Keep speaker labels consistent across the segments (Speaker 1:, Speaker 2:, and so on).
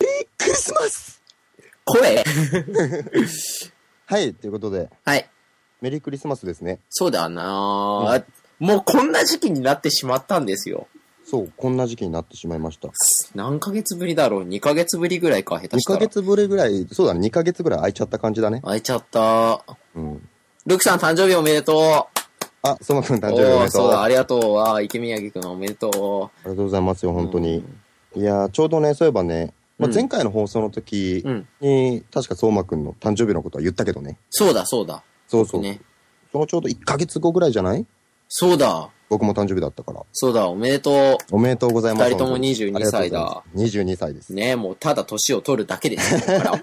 Speaker 1: リスマス
Speaker 2: 声
Speaker 1: はい、ということで、
Speaker 2: はい。
Speaker 1: メリークリスマスですね。
Speaker 2: そうだなぁ、もうこんな時期になってしまったんですよ。
Speaker 1: そう、こんな時期になってしまいました。
Speaker 2: 何ヶ月ぶりだろう ?2 ヶ月ぶりぐらいか、下手
Speaker 1: 2
Speaker 2: した
Speaker 1: ヶ
Speaker 2: ら。
Speaker 1: 月ぶりぐらい、そうだね、2ヶ月ぐらい空いちゃった感じだね。
Speaker 2: 空いちゃった。
Speaker 1: うん。
Speaker 2: ルクさん誕生日おめでとう。
Speaker 1: あ、そのくん誕生日おめ
Speaker 2: おー
Speaker 1: でと。
Speaker 2: そううだ、
Speaker 1: あ
Speaker 2: ありがとう。わー池宮城くんおめでと
Speaker 1: りがとうございますよ、本当に。いやーちょうどね、そういえばね、まあ、
Speaker 2: うん
Speaker 1: 前回の放送の時
Speaker 2: う。うん。
Speaker 1: に、確か相馬くんの誕生日のことは言ったけどね。
Speaker 2: そうだ、そうだ。
Speaker 1: そうそう。
Speaker 2: ね。
Speaker 1: そのちょうど1ヶ月後ぐらいじゃない
Speaker 2: そうだ、
Speaker 1: 僕も誕生日だったから。
Speaker 2: そうだ、おめでと
Speaker 1: おめでとうございます。
Speaker 2: 二人とも22
Speaker 1: 本当に
Speaker 2: 歳だ。
Speaker 1: ありがとうございます22歳です
Speaker 2: う。。ね、もうただ年を取るだけです よ。これから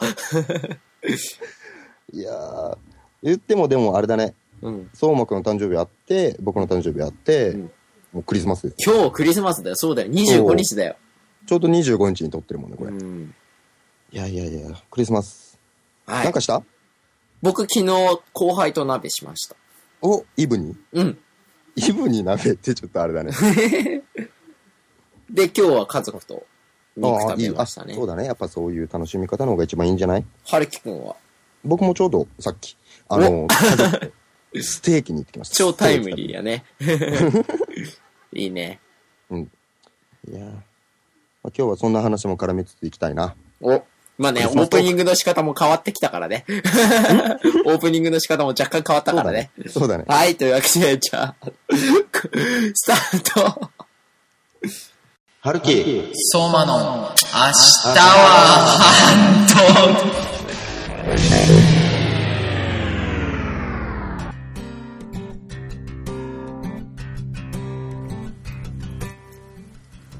Speaker 1: いやー言ってもでもあれだね、
Speaker 2: うん。
Speaker 1: 相馬くんの誕生日あって、僕の誕生日あって、
Speaker 2: うん
Speaker 1: もうクリスマスです。
Speaker 2: 今日クリスマスだよ、そうだよ。25日だよ。
Speaker 1: ちょうど25日に撮ってるもんね、こ
Speaker 2: う
Speaker 1: れ。い
Speaker 2: ん。
Speaker 1: やいやいや、クリスマス。
Speaker 2: は
Speaker 1: ないん。かした
Speaker 2: 僕昨日後輩と鍋しました。
Speaker 1: お、イブに
Speaker 2: うん。
Speaker 1: イブに鍋ってちょっとあれだね。
Speaker 2: で、今日は家族と 肉
Speaker 1: あ
Speaker 2: 食
Speaker 1: あ、い
Speaker 2: べ
Speaker 1: い。
Speaker 2: ま
Speaker 1: あ、
Speaker 2: したね
Speaker 1: そう。だね。やっぱそういう楽しみ方の方が一番いいんじゃない
Speaker 2: はるきくんは
Speaker 1: 僕もちょうどさっき、あの、家族とステーキに行ってきました。
Speaker 2: 超タイム
Speaker 1: ステーキ食べ
Speaker 2: リーやね。 いいね。
Speaker 1: いやー、まあ、今日はそんな話も絡めつついきたいな。
Speaker 2: お。まあね、
Speaker 1: ク
Speaker 2: オ
Speaker 1: リスマ
Speaker 2: ー
Speaker 1: ストーク
Speaker 2: プニングの仕方も変わってきたか らね。オープニングの仕方も若干変わったからね。
Speaker 1: そうだね。
Speaker 2: はい、というわけで、じゃあ、スタート。
Speaker 1: はるき。
Speaker 2: 相馬の明日は半島。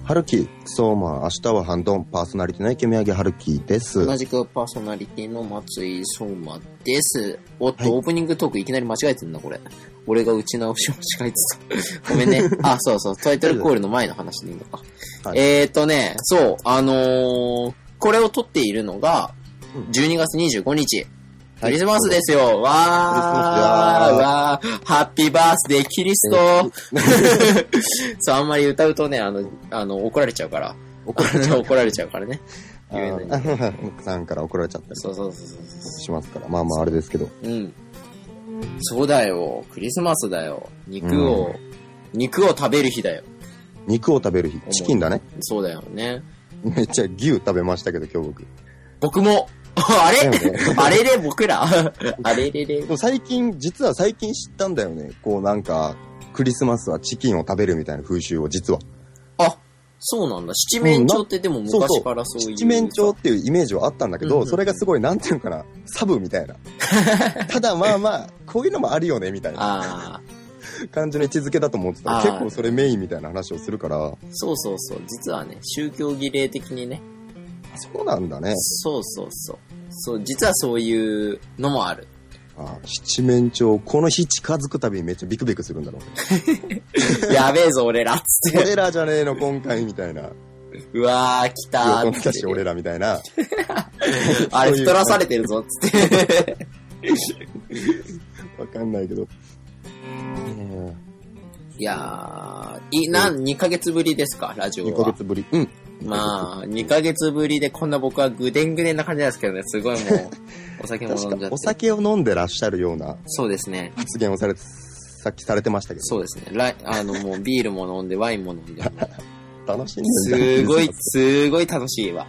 Speaker 1: 春樹、そうまあ、明日はハンドン、パーソナリティの池宮城春樹です。
Speaker 2: 同じくパーソナリティの松井聡馬です。おっと、
Speaker 1: はい
Speaker 2: オープニングトークいきなり間違えてんな、これ。俺が打ち直しを間違えてた。ごめん ね。あ、そうそう、タイトルコールの前の話でいいのか。
Speaker 1: はい
Speaker 2: えーとね、そう、あのーこれを撮っているのが
Speaker 1: うん、
Speaker 2: 12月25日。
Speaker 1: は
Speaker 2: ク
Speaker 1: い
Speaker 2: リスマスですよ。
Speaker 1: クリスマスだ
Speaker 2: わー。わー。ハッピーバースデー、キリスト。 そう、あんまり歌うとね、あの、あの、怒られちゃうから。
Speaker 1: 怒られちゃう。
Speaker 2: 怒られちゃうからね。
Speaker 1: あ
Speaker 2: 言えないんだけど
Speaker 1: ー奥さんから怒られちゃったり
Speaker 2: そうそうそうそうそう。
Speaker 1: しますから、まあまあ、あれですけど。
Speaker 2: うん。そうだよ。クリスマスだよ。肉を、肉を食べる日だよ。
Speaker 1: 肉を食べる日、チキンだね。
Speaker 2: そうだよね。
Speaker 1: めっちゃ牛食べましたけど、今日僕。
Speaker 2: 僕も、 あれ、
Speaker 1: だよね
Speaker 2: あれれ僕らあれれれ
Speaker 1: で。も最近、実は最近知ったんだよね。こうなんか、クリスマスはチキンを食べるみたいな風習を実は。
Speaker 2: あ、そうなんだ。七面鳥ってでも
Speaker 1: そう
Speaker 2: 昔から
Speaker 1: そ。
Speaker 2: そうういう。
Speaker 1: 七面鳥っていうイメージはあったんだけ
Speaker 2: うんうん
Speaker 1: ど、
Speaker 2: うん
Speaker 1: それがすごい、なんていうのかな、サブみたい な。ただまあまあ、こういうのもあるよね、みたいな
Speaker 2: ああ、
Speaker 1: 感じの位置づけだと思ってたら、
Speaker 2: あー
Speaker 1: 結構それメインみたいな話をするから、
Speaker 2: そうそうそう。実はね、宗教儀礼的にね。
Speaker 1: そうなんだね。
Speaker 2: そうそうそう。そう、実はそういうのもある。
Speaker 1: あ七面鳥、この日近づくたびにめっちゃビクビクするんだろう。
Speaker 2: やべえぞ、俺らっつって。
Speaker 1: 俺らじゃねえの、今回みたいな。
Speaker 2: うわー、来た
Speaker 1: 大
Speaker 2: ー
Speaker 1: 人
Speaker 2: っつ
Speaker 1: だ
Speaker 2: っ。
Speaker 1: して俺らみたいな。
Speaker 2: あれ、太らされてるぞ、つって。
Speaker 1: わかんないけど。
Speaker 2: いやー、いな、2ヶ月ぶりですか、ラジオ
Speaker 1: 2ヶ
Speaker 2: は。
Speaker 1: 月ぶり。うん。
Speaker 2: まあ、2ヶ月ぶりでこんな僕はぐでんぐでんな感じなんですけどね、すごいも う、お酒も飲ん
Speaker 1: 確
Speaker 2: じゃ
Speaker 1: か、
Speaker 2: って
Speaker 1: お。酒を飲んでらっしゃるような
Speaker 2: そうですね。
Speaker 1: 発言をされて、さっきされてましたけど。
Speaker 2: そうですね。らあの、もうビールも飲んで、ワインも 飲んで。
Speaker 1: 楽しんでる
Speaker 2: すごい、すごい楽し いわ。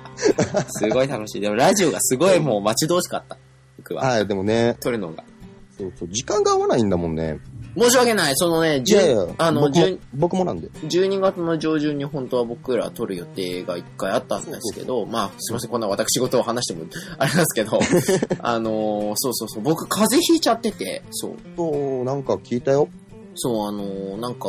Speaker 2: すごい楽しい。でもラジオがすごいもう待ち遠しかった。僕は。
Speaker 1: はい、でもね、
Speaker 2: 撮るのが。
Speaker 1: そうそう、時間が合わないんだもんね。
Speaker 2: 申し訳ない。そのね、
Speaker 1: いやいや
Speaker 2: 10、あの、
Speaker 1: 僕も
Speaker 2: 10、
Speaker 1: 僕もなんで。
Speaker 2: 12月の上旬に本当は僕ら撮る予定が一回あったんですけど、まあ、すいません、こんな私事を話しても あれなんですけど、あのーそうそうそう、僕風邪ひいちゃってて、そう、
Speaker 1: そう、なんか聞いたよ。
Speaker 2: そう、あのーなんか、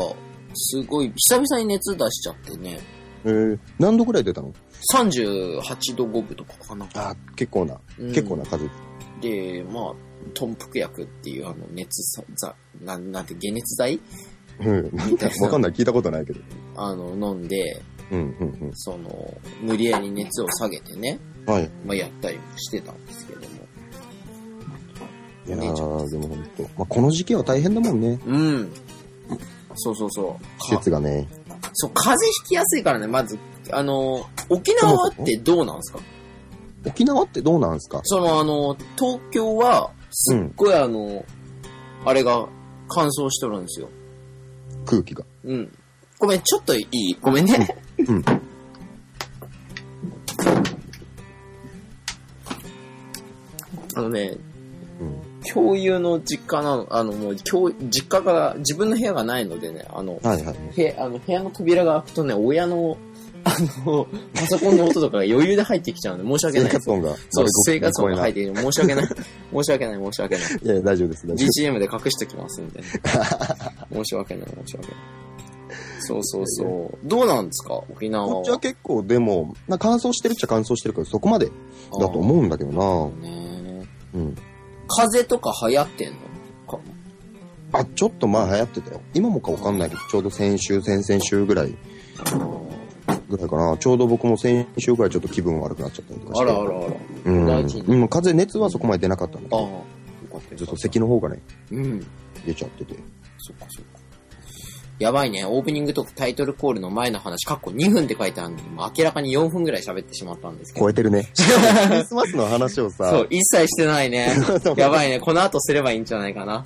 Speaker 2: すごい、久々に熱出しちゃってね、
Speaker 1: えー、何度ぐらい出たの
Speaker 2: 38度5分とかかな。
Speaker 1: あ、結構な、
Speaker 2: うん
Speaker 1: 結構な数。
Speaker 2: で、まあ、豚腹薬っていう、あの、熱さ、ざなん、なんて、解熱剤
Speaker 1: うん、なんか、わかんない、聞いたことないけど。
Speaker 2: あの、飲んで、
Speaker 1: うん、うん、
Speaker 2: その、無理やり熱を下げてね、
Speaker 1: うん。はい。
Speaker 2: まあ、やったりもしてたんですけども。
Speaker 1: いやー、でも本当、まあ、この時期は大変だもんね。
Speaker 2: うん。そうそうそう。
Speaker 1: 季節がね。
Speaker 2: かそう、風邪ひきやすいからね、まず。あの、沖縄ってどうなんですか
Speaker 1: 沖縄ってどうなんですか
Speaker 2: そのあの、東京は、すっごいあの、あれが乾燥しとるんですよ。
Speaker 1: 空気が。
Speaker 2: うん。ごめん、ちょっといいごめんね。
Speaker 1: うん。
Speaker 2: あのね、
Speaker 1: うん。
Speaker 2: 共有の実家なの、あのもう、共実家が、自分の部屋がないのでね、あの、
Speaker 1: はいはい。
Speaker 2: へあの部屋の扉が開くとね、親の、あの、パソコンの音とかが余裕で入ってきちゃうので、申し訳
Speaker 1: 生
Speaker 2: ない。
Speaker 1: 活音が。。
Speaker 2: そう、生活音が入っててきて、申し訳ない。申し訳ない、申し訳ない。
Speaker 1: いやいや、大丈夫です。大丈夫
Speaker 2: BGM で隠してきますんで。申し訳ない、申し訳ない。そうそうそう。どうなんですか沖縄は。
Speaker 1: こっちは結構でも、な乾燥してるっちゃ乾燥してるからそこまでだと思うんだけどな
Speaker 2: う。ね。
Speaker 1: うん。
Speaker 2: 風邪とか流行ってんのか
Speaker 1: あ、ちょっと前流行ってたよ。今もかわかんないけど、ちょうど先週、先々週ぐらい、ぐらいかな。ちょうど僕も先週ぐらいちょっと気分悪くなっちゃったりとか
Speaker 2: あ
Speaker 1: して。
Speaker 2: らあらあら。
Speaker 1: うん。
Speaker 2: 大事に
Speaker 1: うん風邪、熱はそこまで出なかったんだけ
Speaker 2: ああ。
Speaker 1: ど、
Speaker 2: よかった
Speaker 1: ちょっと咳の方がね、
Speaker 2: うん。
Speaker 1: 出ちゃってて。
Speaker 2: そっかそっか。やばいね。オープニングとタイトルコールの前の話、かっこ2分って書いてあるのに、もう明らかに4分ぐらい喋ってしまったんですけど。
Speaker 1: 超えてる ね。クリスマスの話をさ、
Speaker 2: そう、一切してな いね。やばいね。この後すればいいんじゃないかな。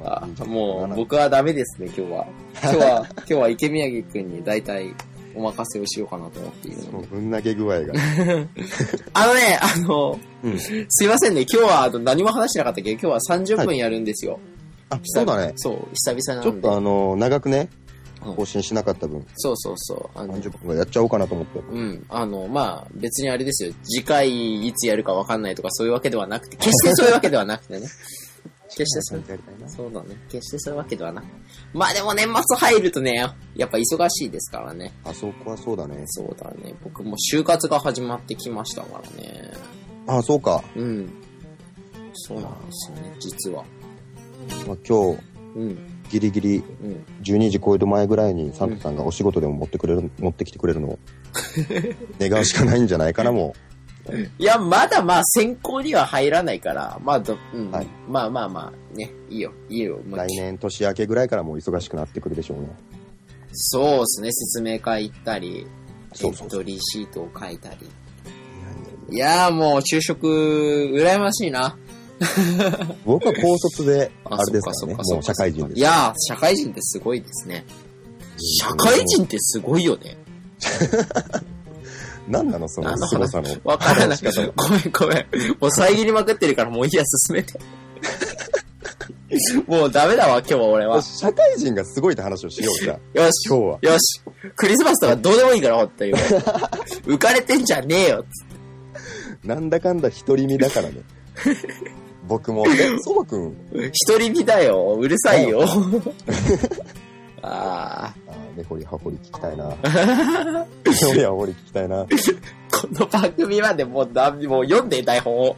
Speaker 1: ま
Speaker 2: あ
Speaker 1: あいいんじゃない
Speaker 2: も
Speaker 1: かな
Speaker 2: う、僕はダメですね、今日は。今日は、 今日は池宮城くんに大体お任せをしようかなと思っている
Speaker 1: そ
Speaker 2: の
Speaker 1: の
Speaker 2: で。
Speaker 1: ぶん投げ具合が。
Speaker 2: あのね、あの、
Speaker 1: うん
Speaker 2: すいませんね。今日はあの何も話してなかったけど、今日は30分やるんですよ。
Speaker 1: あ、そうだね。
Speaker 2: そう、久々
Speaker 1: ち
Speaker 2: な
Speaker 1: ょっ
Speaker 2: んで
Speaker 1: と。あの、長くね
Speaker 2: うん、
Speaker 1: 更新しなかった分、
Speaker 2: そうそうそう。あの
Speaker 1: 30分ぐらいやっちゃおうかなと思って。
Speaker 2: うん。あの、まあ、別にあれですよ。次回いつやるかわかんないとかそういうわけではなくて、決してそういうわけではな くてね。決してそう。
Speaker 1: やりたいな
Speaker 2: そうだね。決してそういうわけではなく。まあでも年末入るとね、やっぱ忙しいですからね。
Speaker 1: あそこはそうだね。
Speaker 2: そうだね。僕も就活が始まってきましたからね。
Speaker 1: あ、そうか。
Speaker 2: うん。そうなんですよね、実は。
Speaker 1: まあ、今日、
Speaker 2: うん。
Speaker 1: ギリギリ
Speaker 2: うん。
Speaker 1: 12時超える前ぐらいにサンタさんがお仕事でも持ってくれる、持ってきてくれるの を願うしかないんじゃないかなも
Speaker 2: いや、まだまあ選考には入らないから、まあど、うん。
Speaker 1: はい
Speaker 2: まあまあまあ、ね、いいよ、いいよ。
Speaker 1: う
Speaker 2: まあ
Speaker 1: 来年年明けぐらいからもう忙しくなってくるでしょうね
Speaker 2: そうですね、説明会行ったり、
Speaker 1: そうそう
Speaker 2: エントリーシートを書いたり。
Speaker 1: い
Speaker 2: いやーもう就職、羨ましいな。
Speaker 1: や僕は高卒で
Speaker 2: あ
Speaker 1: あれですか
Speaker 2: そ
Speaker 1: ら
Speaker 2: っ
Speaker 1: ね
Speaker 2: かそ
Speaker 1: も
Speaker 2: っ
Speaker 1: う
Speaker 2: かそ
Speaker 1: 社
Speaker 2: っか
Speaker 1: 会人
Speaker 2: い
Speaker 1: です
Speaker 2: やー、社会人ってすごいですね。社会人ってすごいよね。
Speaker 1: 何なのその
Speaker 2: 何の話
Speaker 1: 凄さの
Speaker 2: わからな
Speaker 1: 話
Speaker 2: い。
Speaker 1: し方
Speaker 2: ごめんごめん。もう遮りまくってるからもういいや、進めて。 もうダメだわ、今日は俺は。よ
Speaker 1: 社会人がすごいって話をしよう じゃあ
Speaker 2: し。
Speaker 1: 今日は
Speaker 2: よし。クリスマスとかどうでもいいから、ほんとに。浮かれてんじゃねえよ。
Speaker 1: なんだかんだ独り身だ からね僕もえそばくん
Speaker 2: 一人身だよ。うるさいよ。 ああ。
Speaker 1: あー根掘り葉掘り聞きたいな 根掘り葉掘り聞きたいな
Speaker 2: この番組までもう何、もう読んで台本を。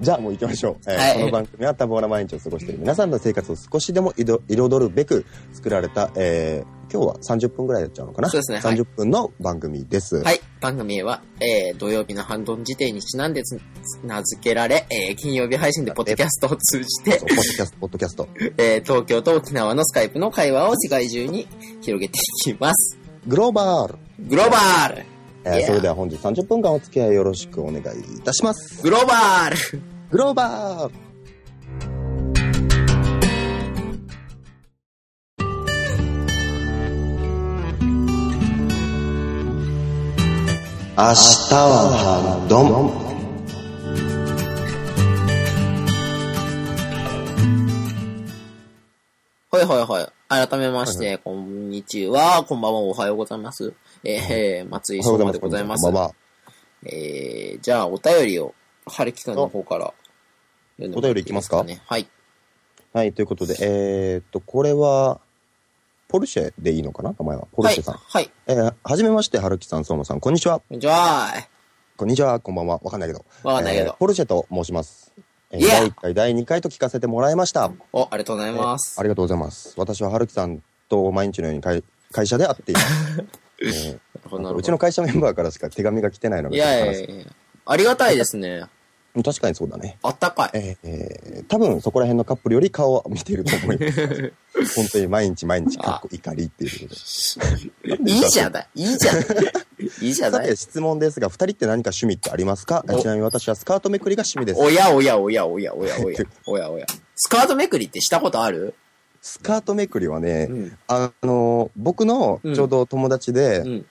Speaker 1: じゃあもう行きましょう。えー
Speaker 2: はい
Speaker 1: この番組は多忙な毎日を過ごしている皆さんの生活を少しでも彩彩るべく作られた、えー今日は30分ぐらいやっちゃうのかな
Speaker 2: そうですねはい
Speaker 1: 30分の番組です。
Speaker 2: はい。番組は、えー、土曜日の半ド時点にちなんでつ名付けられ、えー、金曜日配信でポッドキャストを通じて
Speaker 1: そう、ポッドキャスト、ポッドキャスト。
Speaker 2: えー東京と沖縄のスカイプの会話を世界中に広げていきます。
Speaker 1: グローバル、
Speaker 2: グローバール
Speaker 1: え
Speaker 2: Yeah
Speaker 1: ーそれでは本日30分間お付き合いよろしくお願いいたします。
Speaker 2: グローバール
Speaker 1: グローバル明日はハンドン。
Speaker 2: はいはいはい。改めまして、こんにちは。こんばんは。おはようございます。えーえー松井翔馬でございます。
Speaker 1: こんばんは
Speaker 2: えー、じゃあ、お便りを、春樹くんの方から読んでもらっていいです
Speaker 1: お
Speaker 2: か
Speaker 1: 便
Speaker 2: ね。はい。
Speaker 1: はい、ということで、えーっと、これは、ポルシェでいいのかな名前は。ポルシェさん。
Speaker 2: はい。はい。
Speaker 1: えーはじめまして、はるきさん、相馬さん、こんにちは。
Speaker 2: こんにちは。
Speaker 1: こんにちは、こんばんは。わかんないけど。
Speaker 2: わかんないけ
Speaker 1: えー
Speaker 2: ど。
Speaker 1: ポルシェと申します。えー
Speaker 2: Yeah
Speaker 1: 第1回、第2回と聞かせてもらいました。
Speaker 2: お、ありがとうございます。
Speaker 1: えーありがとうございます。私ははるきさんと毎日のように会会社で会っています、えー
Speaker 2: なるほどなるほ
Speaker 1: う
Speaker 2: ど
Speaker 1: ちの会社メンバーからしか手紙が来てないのが
Speaker 2: いやいやいやいや。ありがたいですね。
Speaker 1: うん確かにそうだね。
Speaker 2: あったかい。
Speaker 1: えーえー多分そこら辺のカップルより顔は見て ると思います。本当に毎日毎日かっこ怒りっていうことで。
Speaker 2: いいじゃない。いいじゃない。いいじゃ
Speaker 1: さ
Speaker 2: ない
Speaker 1: て質問ですが、2人って何か趣味ってありますか
Speaker 2: お
Speaker 1: ちなみに私はスカートめくりが趣味です。
Speaker 2: おやおやおやおやおやおやおやおや。スカートめくりってしたことある
Speaker 1: スカートめくりはね、
Speaker 2: ん。
Speaker 1: あの、僕のちょうど友達で、
Speaker 2: うん。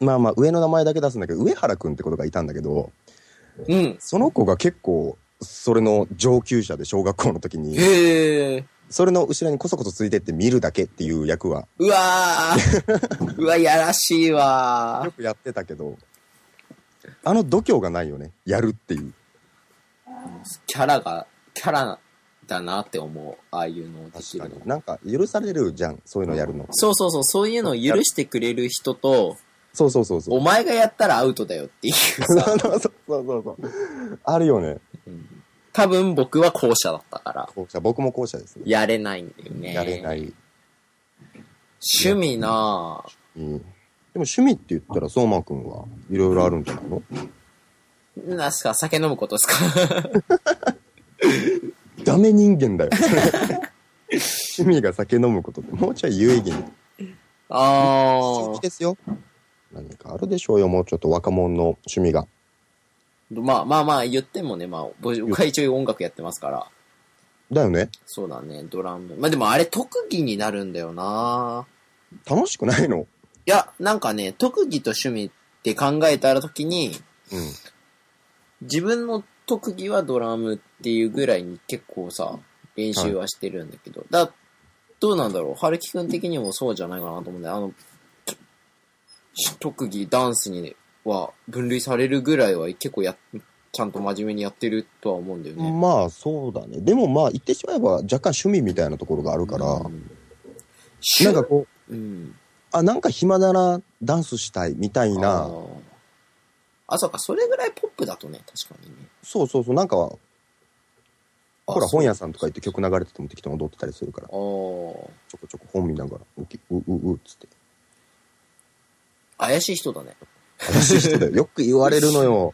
Speaker 1: まあまあ上の名前だけ出すんだけど、上原くんってことがいたんだけど、
Speaker 2: うん。
Speaker 1: その子が結構、それの上級者で小学校の時に、
Speaker 2: へえ。
Speaker 1: それの後ろにこそこそついてって見るだけっていう役は
Speaker 2: うわ ー。うわ、やらしいわ
Speaker 1: よくやってたけど、あの度胸がないよね。やるっていう。
Speaker 2: ー。キャラが、キャラだなって思う。ああいうのをでき
Speaker 1: 確
Speaker 2: る
Speaker 1: か
Speaker 2: の
Speaker 1: に。。なんか許されるじゃん。そういうのやるの。
Speaker 2: そうそうそう、そういうのを許してくれる人と、
Speaker 1: そうそうそうそう。
Speaker 2: お前がやったらアウトだよっていう
Speaker 1: そう
Speaker 2: さ、
Speaker 1: そうそうそう。あるよね。
Speaker 2: うん多分僕は後者だったから、
Speaker 1: 後者。僕も後者ですね。
Speaker 2: やれないんだよね。
Speaker 1: やれない。
Speaker 2: 趣味なぁ
Speaker 1: うん。でも趣味って言ったら、相馬くんはいろいろあるんじゃないの
Speaker 2: なんすか、酒飲むことですか
Speaker 1: ダメ人間だよ。趣味が酒飲むことって、もうちょい有意義に。
Speaker 2: あ
Speaker 1: 刺激
Speaker 2: ー。
Speaker 1: ですよ。何かあるでしょうよ、もうちょっと若者の趣味が。
Speaker 2: まあまあまあ言ってもね、まあ、僕は一応音楽やってますから。
Speaker 1: だよね。
Speaker 2: そうだね、ドラム。まあでもあれ特技になるんだよな
Speaker 1: 楽しくないの
Speaker 2: いや、なんかね、特技と趣味って考えたら時に、
Speaker 1: うん。
Speaker 2: 自分の特技はドラムっていうぐらいに結構さ、練習はしてるんだけど、だ、どうなんだろう春樹くん的にもそうじゃないかなと思うんだよ。あの、特技、ダンスには分類されるぐらいは結構や、ちゃんと真面目にやってるとは思うんだよね。
Speaker 1: まあそうだね。でもまあ言ってしまえば若干趣味みたいなところがあるから、
Speaker 2: うん、
Speaker 1: なんかこう、
Speaker 2: うん。
Speaker 1: あ、なんか暇ならダンスしたいみたい
Speaker 2: あ
Speaker 1: な、
Speaker 2: ー。あ、そうか、それぐらいポップだとね、確かにね。
Speaker 1: そうそうそう、なんか、ほ
Speaker 2: あ
Speaker 1: ら
Speaker 2: そう
Speaker 1: 本屋さんとか行って曲流れてても適当に踊ってたりするから、
Speaker 2: あー
Speaker 1: ちょこちょこ本見ながら、うきう、う、う、っつって。
Speaker 2: 怪しい人だね。
Speaker 1: 怪しい人 だよ。よく言われるのよ。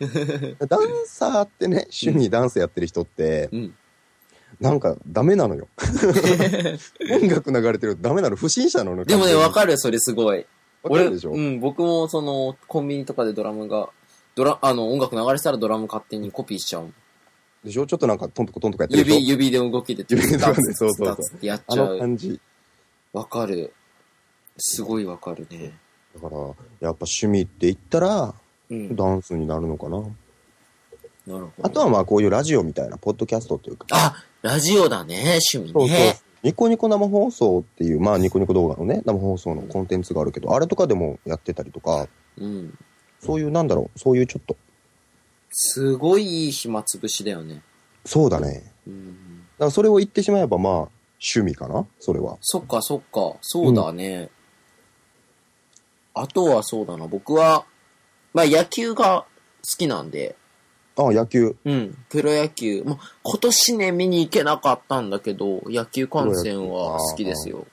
Speaker 1: ダンサーってね、趣味ダンスやってる人って、
Speaker 2: うん。
Speaker 1: なんかダメなのよ。音楽流れてるとダメなの。不審者なの。
Speaker 2: でもね、わ
Speaker 1: る。
Speaker 2: かる、それすごい。
Speaker 1: わかるでしょ、
Speaker 2: 俺うん、僕もその、コンビニとかでドラムが、ドラ、あの、音楽流れてたらドラム勝手にコピーしちゃうもん。
Speaker 1: でしょちょっとなんかトントコトントコやってるでしょ
Speaker 2: 指、指で動きで、
Speaker 1: 指で動きで
Speaker 2: ツ
Speaker 1: そうそうそう
Speaker 2: ツツってやっ
Speaker 1: あ
Speaker 2: ちゃ
Speaker 1: の
Speaker 2: う。
Speaker 1: 感じ。
Speaker 2: わかる。すごいわかるね。
Speaker 1: だから、やっぱ趣味って言ったら、
Speaker 2: うん。な
Speaker 1: ダンスになるのかな。
Speaker 2: るほど。
Speaker 1: あとはまあこういうラジオみたいな、ポッドキャストっていうか。
Speaker 2: あ、ラジオだね、
Speaker 1: そ
Speaker 2: 趣
Speaker 1: う
Speaker 2: 味
Speaker 1: そう
Speaker 2: ね。。
Speaker 1: ニコニコ生放送っていう、まあニコニコ動画のね、生放送のコンテンツがあるけど、あれとかでもやってたりとか、
Speaker 2: うん。
Speaker 1: そういうなんだろう、そういうちょっと、
Speaker 2: すごいいい暇つぶしだよね。
Speaker 1: そうだね。
Speaker 2: うん。
Speaker 1: だからそれを言ってしまえばまあ、趣味かなそれは。
Speaker 2: そっかそっか、そうだね。あとはそうだな、僕は、まあ野球が好きなんで、
Speaker 1: ああ、野球。
Speaker 2: うん、プロ野球、まあ、今年ね、見に行けなかったんだけど、野球観戦は好きですよ。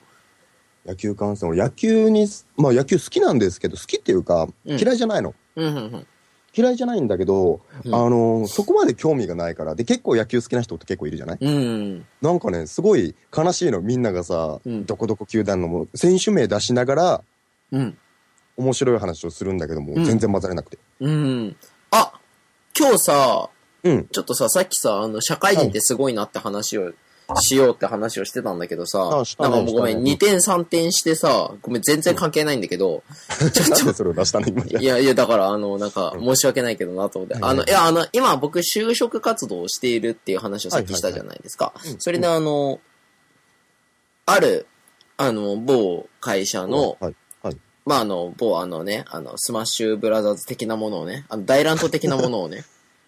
Speaker 1: 野球観戦。俺野球に、まあ野球好きなんですけど、好きっていうか、
Speaker 2: うん
Speaker 1: 嫌いじゃないの。
Speaker 2: うん、うん、
Speaker 1: 嫌いじゃないんだけど、
Speaker 2: うん
Speaker 1: あのそこまで興味がないから。で、結構野球好きな人って結構いるじゃない
Speaker 2: うん。うん、
Speaker 1: なんかね、すごい悲しいの。みんながさ、
Speaker 2: うん
Speaker 1: どこどこ球団のも選手名出しながら、
Speaker 2: うん、
Speaker 1: 面白い話をするんだけども、
Speaker 2: うん
Speaker 1: 全然混ざれなくて。
Speaker 2: うん。あ、今日さ、
Speaker 1: うん。
Speaker 2: ちょっとさ、さっきさ、あの、社会人ってすごいなって話を、しようって話をしてたんだけどさ
Speaker 1: あ、した
Speaker 2: な
Speaker 1: ね
Speaker 2: んかもうごめ
Speaker 1: した
Speaker 2: ん、
Speaker 1: ね
Speaker 2: 2点3点してさ、ごめん、全然関係ないんだけど、
Speaker 1: なんでそれを出したの今じゃ
Speaker 2: いやいや、だから、あの、なんか、申し訳ないけどなと思って。あの、いや、あの、今僕、就職活動をしているっていう話をさっきしたじゃないですか
Speaker 1: いはい。
Speaker 2: それで、あの、ある、あの、某会社の、
Speaker 1: はい。
Speaker 2: まあ、あの、某あのね、あの、スマッシュブラザーズ的なものをね、あの、大乱闘的なものをね、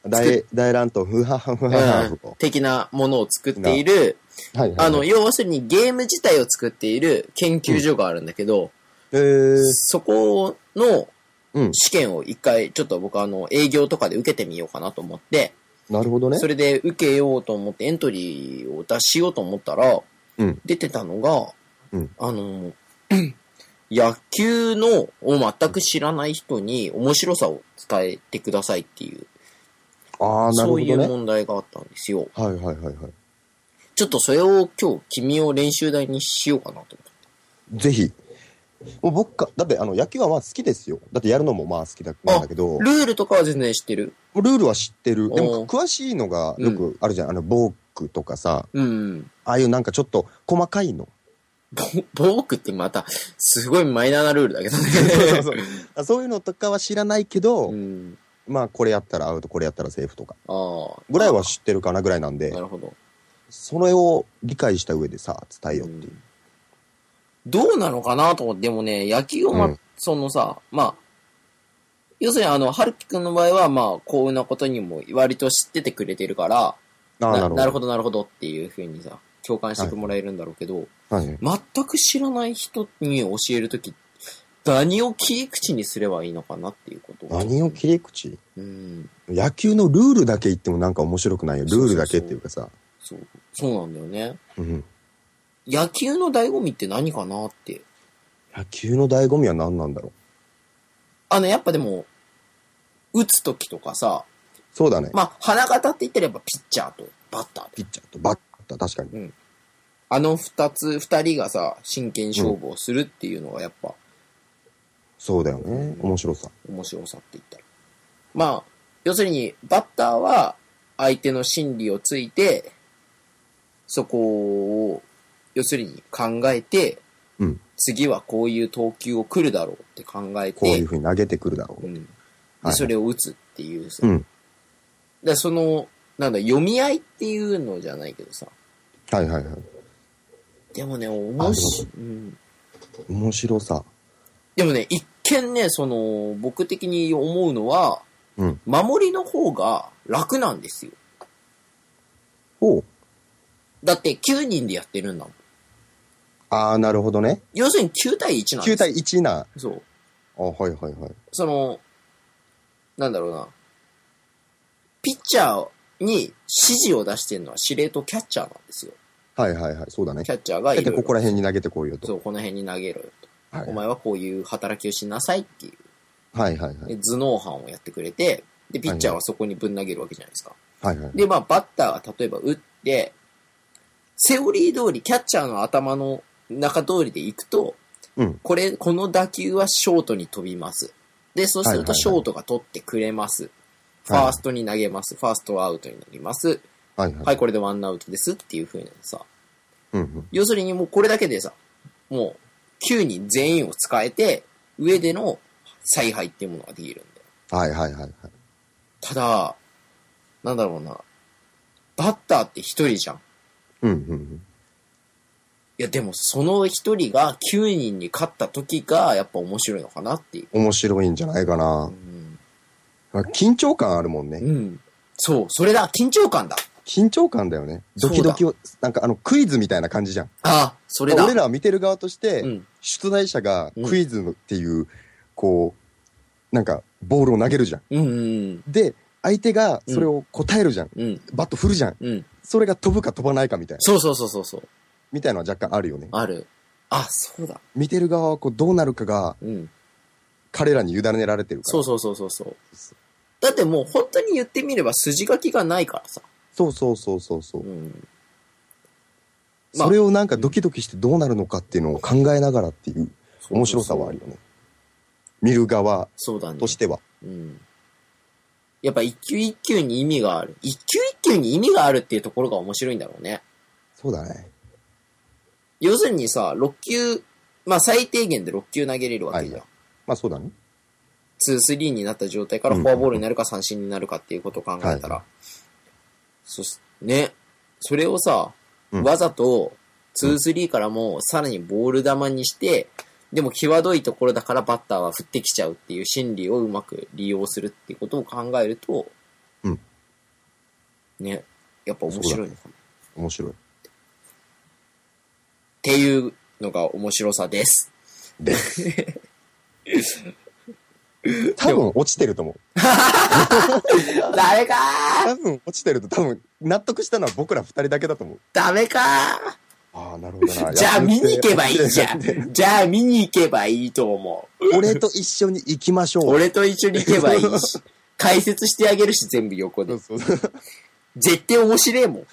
Speaker 1: 大、大乱闘、ふははふはは
Speaker 2: うん
Speaker 1: ふは。
Speaker 2: 的 なものを作っている、
Speaker 1: はいはい。
Speaker 2: あの、、要するにゲーム自体を作っている研究所があるんだけど、
Speaker 1: えー、
Speaker 2: そこの
Speaker 1: うん。
Speaker 2: 試験を一回、ちょっと僕、あの、営業とかで受けてみようかなと思って、
Speaker 1: なるほどね
Speaker 2: そ。れで受けようと思ってエントリーを出しようと思ったら、
Speaker 1: うん
Speaker 2: 出てたのが、
Speaker 1: うん
Speaker 2: あの、 野球のを全く知らない人に面白さを伝えてくださいっていう、
Speaker 1: ああ、なる
Speaker 2: そ
Speaker 1: ほど
Speaker 2: ういう
Speaker 1: ね。
Speaker 2: 問題があったんですよ。
Speaker 1: はいはいはいはい。
Speaker 2: ちょっとそれを今日君を練習台にしようかなと思って。
Speaker 1: ぜひ、もう僕か、だってあの野球はまあ好きですよ。だってやるのもまあ好きだなんだけど、
Speaker 2: ルールとかは全然知ってる。
Speaker 1: ルールは知ってる。で
Speaker 2: おう
Speaker 1: も詳しいのがよくあるじゃん。あの、ボークとかさ、
Speaker 2: うん。
Speaker 1: ああいうなんかちょっと細かいの。
Speaker 2: ボボークってまた、すごいマイナーなルールだけどね。
Speaker 1: そうあ そういうのとかは知らないけど、
Speaker 2: うん。
Speaker 1: まあこれやったらアウト、これやったらセーフとか、
Speaker 2: ああ。
Speaker 1: ぐらいは知ってるかなぐらいなんで
Speaker 2: な、るほど。
Speaker 1: それを理解した上でさ、伝えようっていう。
Speaker 2: どうなのかなと思って、でもね、野球を、ま
Speaker 1: うん
Speaker 2: そのさ、まあ、要するにあの、はるきくんの場合は、まあ、幸運なことにも割と知っててくれてるから、
Speaker 1: ああ、なる
Speaker 2: な
Speaker 1: ほど。
Speaker 2: なるほど、なるほどっていうふうにさ、共感してもらえるんだろうけど、
Speaker 1: はい
Speaker 2: 全く知らない人に教えるとき、何を切り口にすればいいのかなっていうこと。
Speaker 1: 何を切り口
Speaker 2: うん。
Speaker 1: 野球のルールだけ言ってもなんか面白くないよ。ルールだけっていうかさ。
Speaker 2: そう、そうなんだよね。
Speaker 1: うん
Speaker 2: 野球の醍醐味って何かなって。
Speaker 1: 野球の醍醐味は何なんだろ
Speaker 2: あの、やっぱでも、打つときとかさ、
Speaker 1: う。そうだね。
Speaker 2: まあ、花形って言ったらやっぱピッチャーとバッターで。
Speaker 1: ピッチャーとバッター、確かに。
Speaker 2: あの二つ、二人がさ、真剣勝負をするっていうのがやっぱ
Speaker 1: そうだよね。面白さ。
Speaker 2: 面白さって言ったら。まあ、要するに、バッターは相手の心理をついて、そこを、要するに考えて、
Speaker 1: うん
Speaker 2: 次はこういう投球を来るだろうって考えて、
Speaker 1: こういう風に投げてくるだろう。
Speaker 2: うんで
Speaker 1: はい
Speaker 2: それを打つっていうさ、
Speaker 1: うん
Speaker 2: でその、なんだ、読み合いっていうのじゃないけどさ、
Speaker 1: はいはいはい。
Speaker 2: でもね、面白い。うん
Speaker 1: 面白さ。
Speaker 2: でもね、一見ね、その、僕的に思うのは、
Speaker 1: うん
Speaker 2: 守りの方が楽なんですよ。
Speaker 1: を、
Speaker 2: だって9人でやってるんだもん。
Speaker 1: ああ、なるほどね。
Speaker 2: 要するに9対1なんです
Speaker 1: 9対1な。
Speaker 2: そう。
Speaker 1: あはいはいはい。
Speaker 2: その、なんだろうな。ピッチャーに指示を出してるのは司令とキャッチャーなんですよ。
Speaker 1: はいはいはい。そうだね
Speaker 2: キ。ャッチャー
Speaker 1: だ
Speaker 2: がい
Speaker 1: って
Speaker 2: る
Speaker 1: ここら辺に投げてこいよ
Speaker 2: そ
Speaker 1: と。
Speaker 2: う、この辺に投げろよと。
Speaker 1: はい
Speaker 2: お前はこういう働きをしなさいっていう。
Speaker 1: はいはいはい。
Speaker 2: で頭脳犯をやってくれて、で、ピッチャーはそこにぶん投げるわけじゃないですか。
Speaker 1: はいはい。
Speaker 2: で、まあ、バッターが例えば打って、セオリー通り、キャッチャーの頭の中通りで行くと、
Speaker 1: うん
Speaker 2: これ、この打球はショートに飛びます。で、そうすると
Speaker 1: はいはいはい
Speaker 2: ショートが取ってくれます。
Speaker 1: はい
Speaker 2: ファーストに投げます。ファーストはアウトになります。
Speaker 1: はいは。
Speaker 2: はいい、これでワンアウトですっていう風なさ。
Speaker 1: うんうん。
Speaker 2: 要するにもうこれだけでさ、もう9人全員を使えて、上での采配っていうものができるんだよ。
Speaker 1: はいはいはいはい。
Speaker 2: ただ、なんだろうな。バッターって一人じゃん。
Speaker 1: うんうんうん。
Speaker 2: いや、でもその一人が9人に勝った時がやっぱ面白いのかなっていう。
Speaker 1: 面白いんじゃないか
Speaker 2: う
Speaker 1: な。
Speaker 2: ん。
Speaker 1: 緊張感あるもんね。
Speaker 2: うん。そう、それだ、緊張感だ。
Speaker 1: 緊張感だよね。
Speaker 2: そ
Speaker 1: ド
Speaker 2: う
Speaker 1: キ
Speaker 2: だ
Speaker 1: ドキを、なんかあの、クイズみたいな感じじゃん。
Speaker 2: ああ、それだ。
Speaker 1: 俺らは見てる側として、
Speaker 2: うん。
Speaker 1: 出題者が
Speaker 2: うん
Speaker 1: クイズのっていう、こう、なんか、ボールを投げるじゃん。
Speaker 2: うん、うん、
Speaker 1: で、相手がそれを答えるじゃん。
Speaker 2: うん、
Speaker 1: バット振るじゃん。
Speaker 2: うん。
Speaker 1: それが飛ぶか飛ばないかみたいな。
Speaker 2: そうそうそうそうそう。
Speaker 1: みたいなのは若干あるよね。
Speaker 2: ある。あ、そうだ。
Speaker 1: 見てる側はこう、どうなるかが、
Speaker 2: うん。
Speaker 1: 彼らに委ねられてるから。
Speaker 2: そうそうそうそうそう。だってもう本当に言ってみれば筋書きがないからさ。
Speaker 1: そうそうそうそうそうう。
Speaker 2: ん。まあ
Speaker 1: それをなんかドキドキしてどうなるのかっていうのを考えながらっていう面白さはあるよね。見る側
Speaker 2: そうだね。
Speaker 1: としては。
Speaker 2: うん。やっぱ一球一球に意味がある。一球一球に意味があるっていうところが面白いんだろうね。
Speaker 1: そうだね。
Speaker 2: 要するにさ、6球、まあ最低限で6球投げれるわけじゃん。
Speaker 1: はまあそうだね。
Speaker 2: 2、3になった状態から
Speaker 1: うん
Speaker 2: フォアボールになるか三振になるかっていうことを考えたら。
Speaker 1: は
Speaker 2: そし、ね。それをさ、
Speaker 1: うん
Speaker 2: わざと2、3からもうさらにボール球にして、でも際どいところだからバッターは振ってきちゃうっていう心理をうまく利用するっていうことを考えると、
Speaker 1: うん
Speaker 2: ね。やっぱ面白いのかな。っ
Speaker 1: 面白い。
Speaker 2: ていうのが面白さです。
Speaker 1: で。多分落ちてると思う。
Speaker 2: ダメかー
Speaker 1: 多分落ちてると多分納得したのは僕ら二人だけだと思う。
Speaker 2: ダメかー
Speaker 1: ああ、なるほどな。
Speaker 2: じゃあ見に行けばいいじ ゃ
Speaker 1: ん。
Speaker 2: ん。じゃあ見に行けばいいと思う。
Speaker 1: 俺と一緒に行きましょう。
Speaker 2: 俺と一緒に行けばいい し。解説してあげるし、全部横
Speaker 1: そ
Speaker 2: で
Speaker 1: う。そうそう。
Speaker 2: 絶対面白いもん。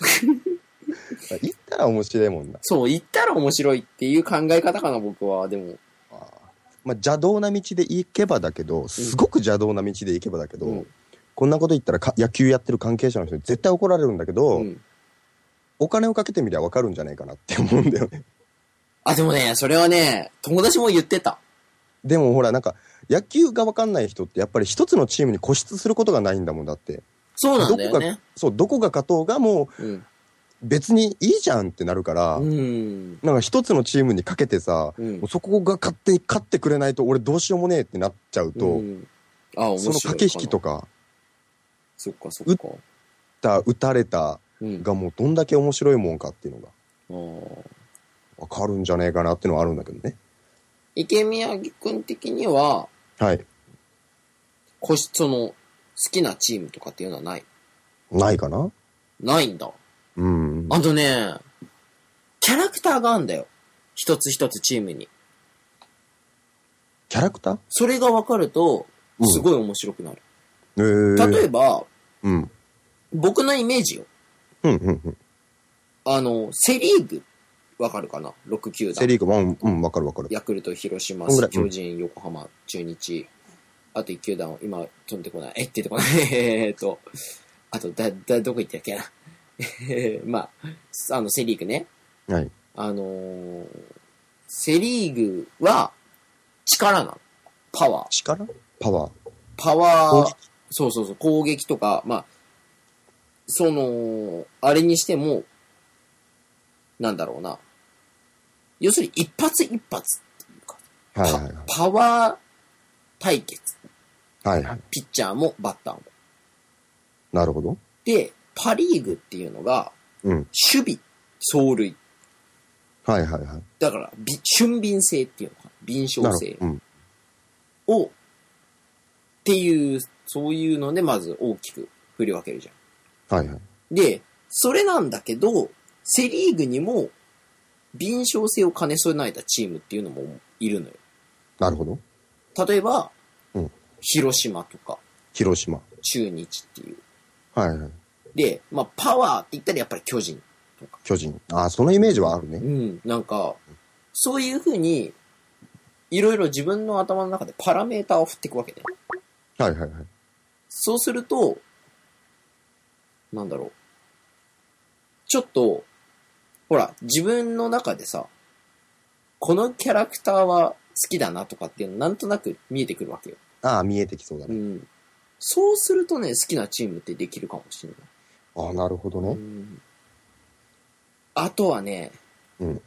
Speaker 1: 行ったら面白いもんな。
Speaker 2: そう、行ったら面白いっていう考え方かな、僕は。でも、
Speaker 1: あーまあ、邪道な道で行けばだけど、すごく邪道な道で行けばだけど、
Speaker 2: うん
Speaker 1: こんなこと言ったらか野球やってる関係者の人に絶対怒られるんだけど、
Speaker 2: うん。
Speaker 1: お金をかけてみりゃわかるんじゃないかなって思うんだよね。
Speaker 2: あ、でもね、それはね、友達も言ってた。
Speaker 1: でもほら、なんか、野球がわかんない人って、やっぱり一つのチームに固執することがないんだもんだって。
Speaker 2: そうなん
Speaker 1: ど
Speaker 2: だ
Speaker 1: こ
Speaker 2: よ
Speaker 1: が
Speaker 2: ね。、
Speaker 1: そう、どこが勝とうがもう
Speaker 2: うん。
Speaker 1: 別にいいじゃんってなるから、
Speaker 2: うん。
Speaker 1: なんか一つのチームにかけてさ、
Speaker 2: うん
Speaker 1: もうそこが勝って、勝ってくれないと俺どうしようもねえってなっちゃうと、
Speaker 2: うんあ、面白い
Speaker 1: その駆け引きとか、
Speaker 2: そっかそっか。
Speaker 1: 打打たれた
Speaker 2: うん。
Speaker 1: がもうどんだけ面白いもんかっていうのが
Speaker 2: あー
Speaker 1: わかるんじゃねえかなっていうのはあるんだけどね。
Speaker 2: 池宮城くん的には、
Speaker 1: はい。
Speaker 2: 個室その、好きなチームとかっていうのはない。
Speaker 1: ないかな
Speaker 2: ないんだ。
Speaker 1: うん。
Speaker 2: あとね、キャラクターがあんだよ。一つ一つチームに。
Speaker 1: キャラクター
Speaker 2: それが分かると、
Speaker 1: うん
Speaker 2: すごい面白くなる。
Speaker 1: えー、
Speaker 2: 例えば、
Speaker 1: うん。
Speaker 2: 僕のイメージよ。
Speaker 1: うんうんうん。
Speaker 2: あの、セリーグ、分かるかな ?6 球
Speaker 1: セ
Speaker 2: 団。
Speaker 1: リーグ、うん、うん、わかるわかる。
Speaker 2: ヤクルト、広島
Speaker 1: こんぐらい、うん
Speaker 2: 巨人、横浜、中日。あと1球団、今、飛んでこない。え、出てこない。 えーっと、あと、だ、だ、どこ行ったっけな。 えーまあ、あの、セリーグね。
Speaker 1: はい。
Speaker 2: あのーセリーグは、力なの。パワー。
Speaker 1: 力パワー。
Speaker 2: パワー、そうそうそう、攻撃とか、まあ、その、あれにしても、なんだろうな。要するに一発一発、
Speaker 1: はいはいはい。
Speaker 2: パワー対決。
Speaker 1: はいはい。
Speaker 2: ピッチャーもバッターも。
Speaker 1: なるほど。
Speaker 2: で、パリーグっていうのが、
Speaker 1: うん。
Speaker 2: 守備、走塁。
Speaker 1: はいはいはい。
Speaker 2: だから、び俊敏性っていうのかな。敏
Speaker 1: な
Speaker 2: 捷
Speaker 1: る
Speaker 2: 性
Speaker 1: ほど。うん。
Speaker 2: を、っていう、そういうので、まず大きく振り分けるじゃん。
Speaker 1: はいはい。
Speaker 2: で、それなんだけど、セリーグにも、敏捷性を兼ね備えたチームっていうのもいるのよ。
Speaker 1: なるほど。
Speaker 2: 例えば、
Speaker 1: うん
Speaker 2: 広島とか、
Speaker 1: 広島。
Speaker 2: 中日っていう。
Speaker 1: はいはい。
Speaker 2: で、まあ、パワーって言ったらやっぱり巨人。
Speaker 1: 巨人。ああ、そのイメージはある
Speaker 2: う
Speaker 1: ね。
Speaker 2: ん。なんか、そういうふうに、いろいろ自分の頭の中でパラメーターを振っていくわけね。
Speaker 1: はいはいはい。
Speaker 2: そうすると、なんだろう。ちょっと、ほら、自分の中でさ、このキャラクターは好きだなとかっていうのなんとなく見えてくるわけよ。
Speaker 1: ああ、見えてきそうだ
Speaker 2: う
Speaker 1: ね。
Speaker 2: ん。そうするとね、好きなチームってできるかもしれない。
Speaker 1: ああ、なるほど
Speaker 2: う
Speaker 1: ね。
Speaker 2: ん。あとはね、
Speaker 1: うん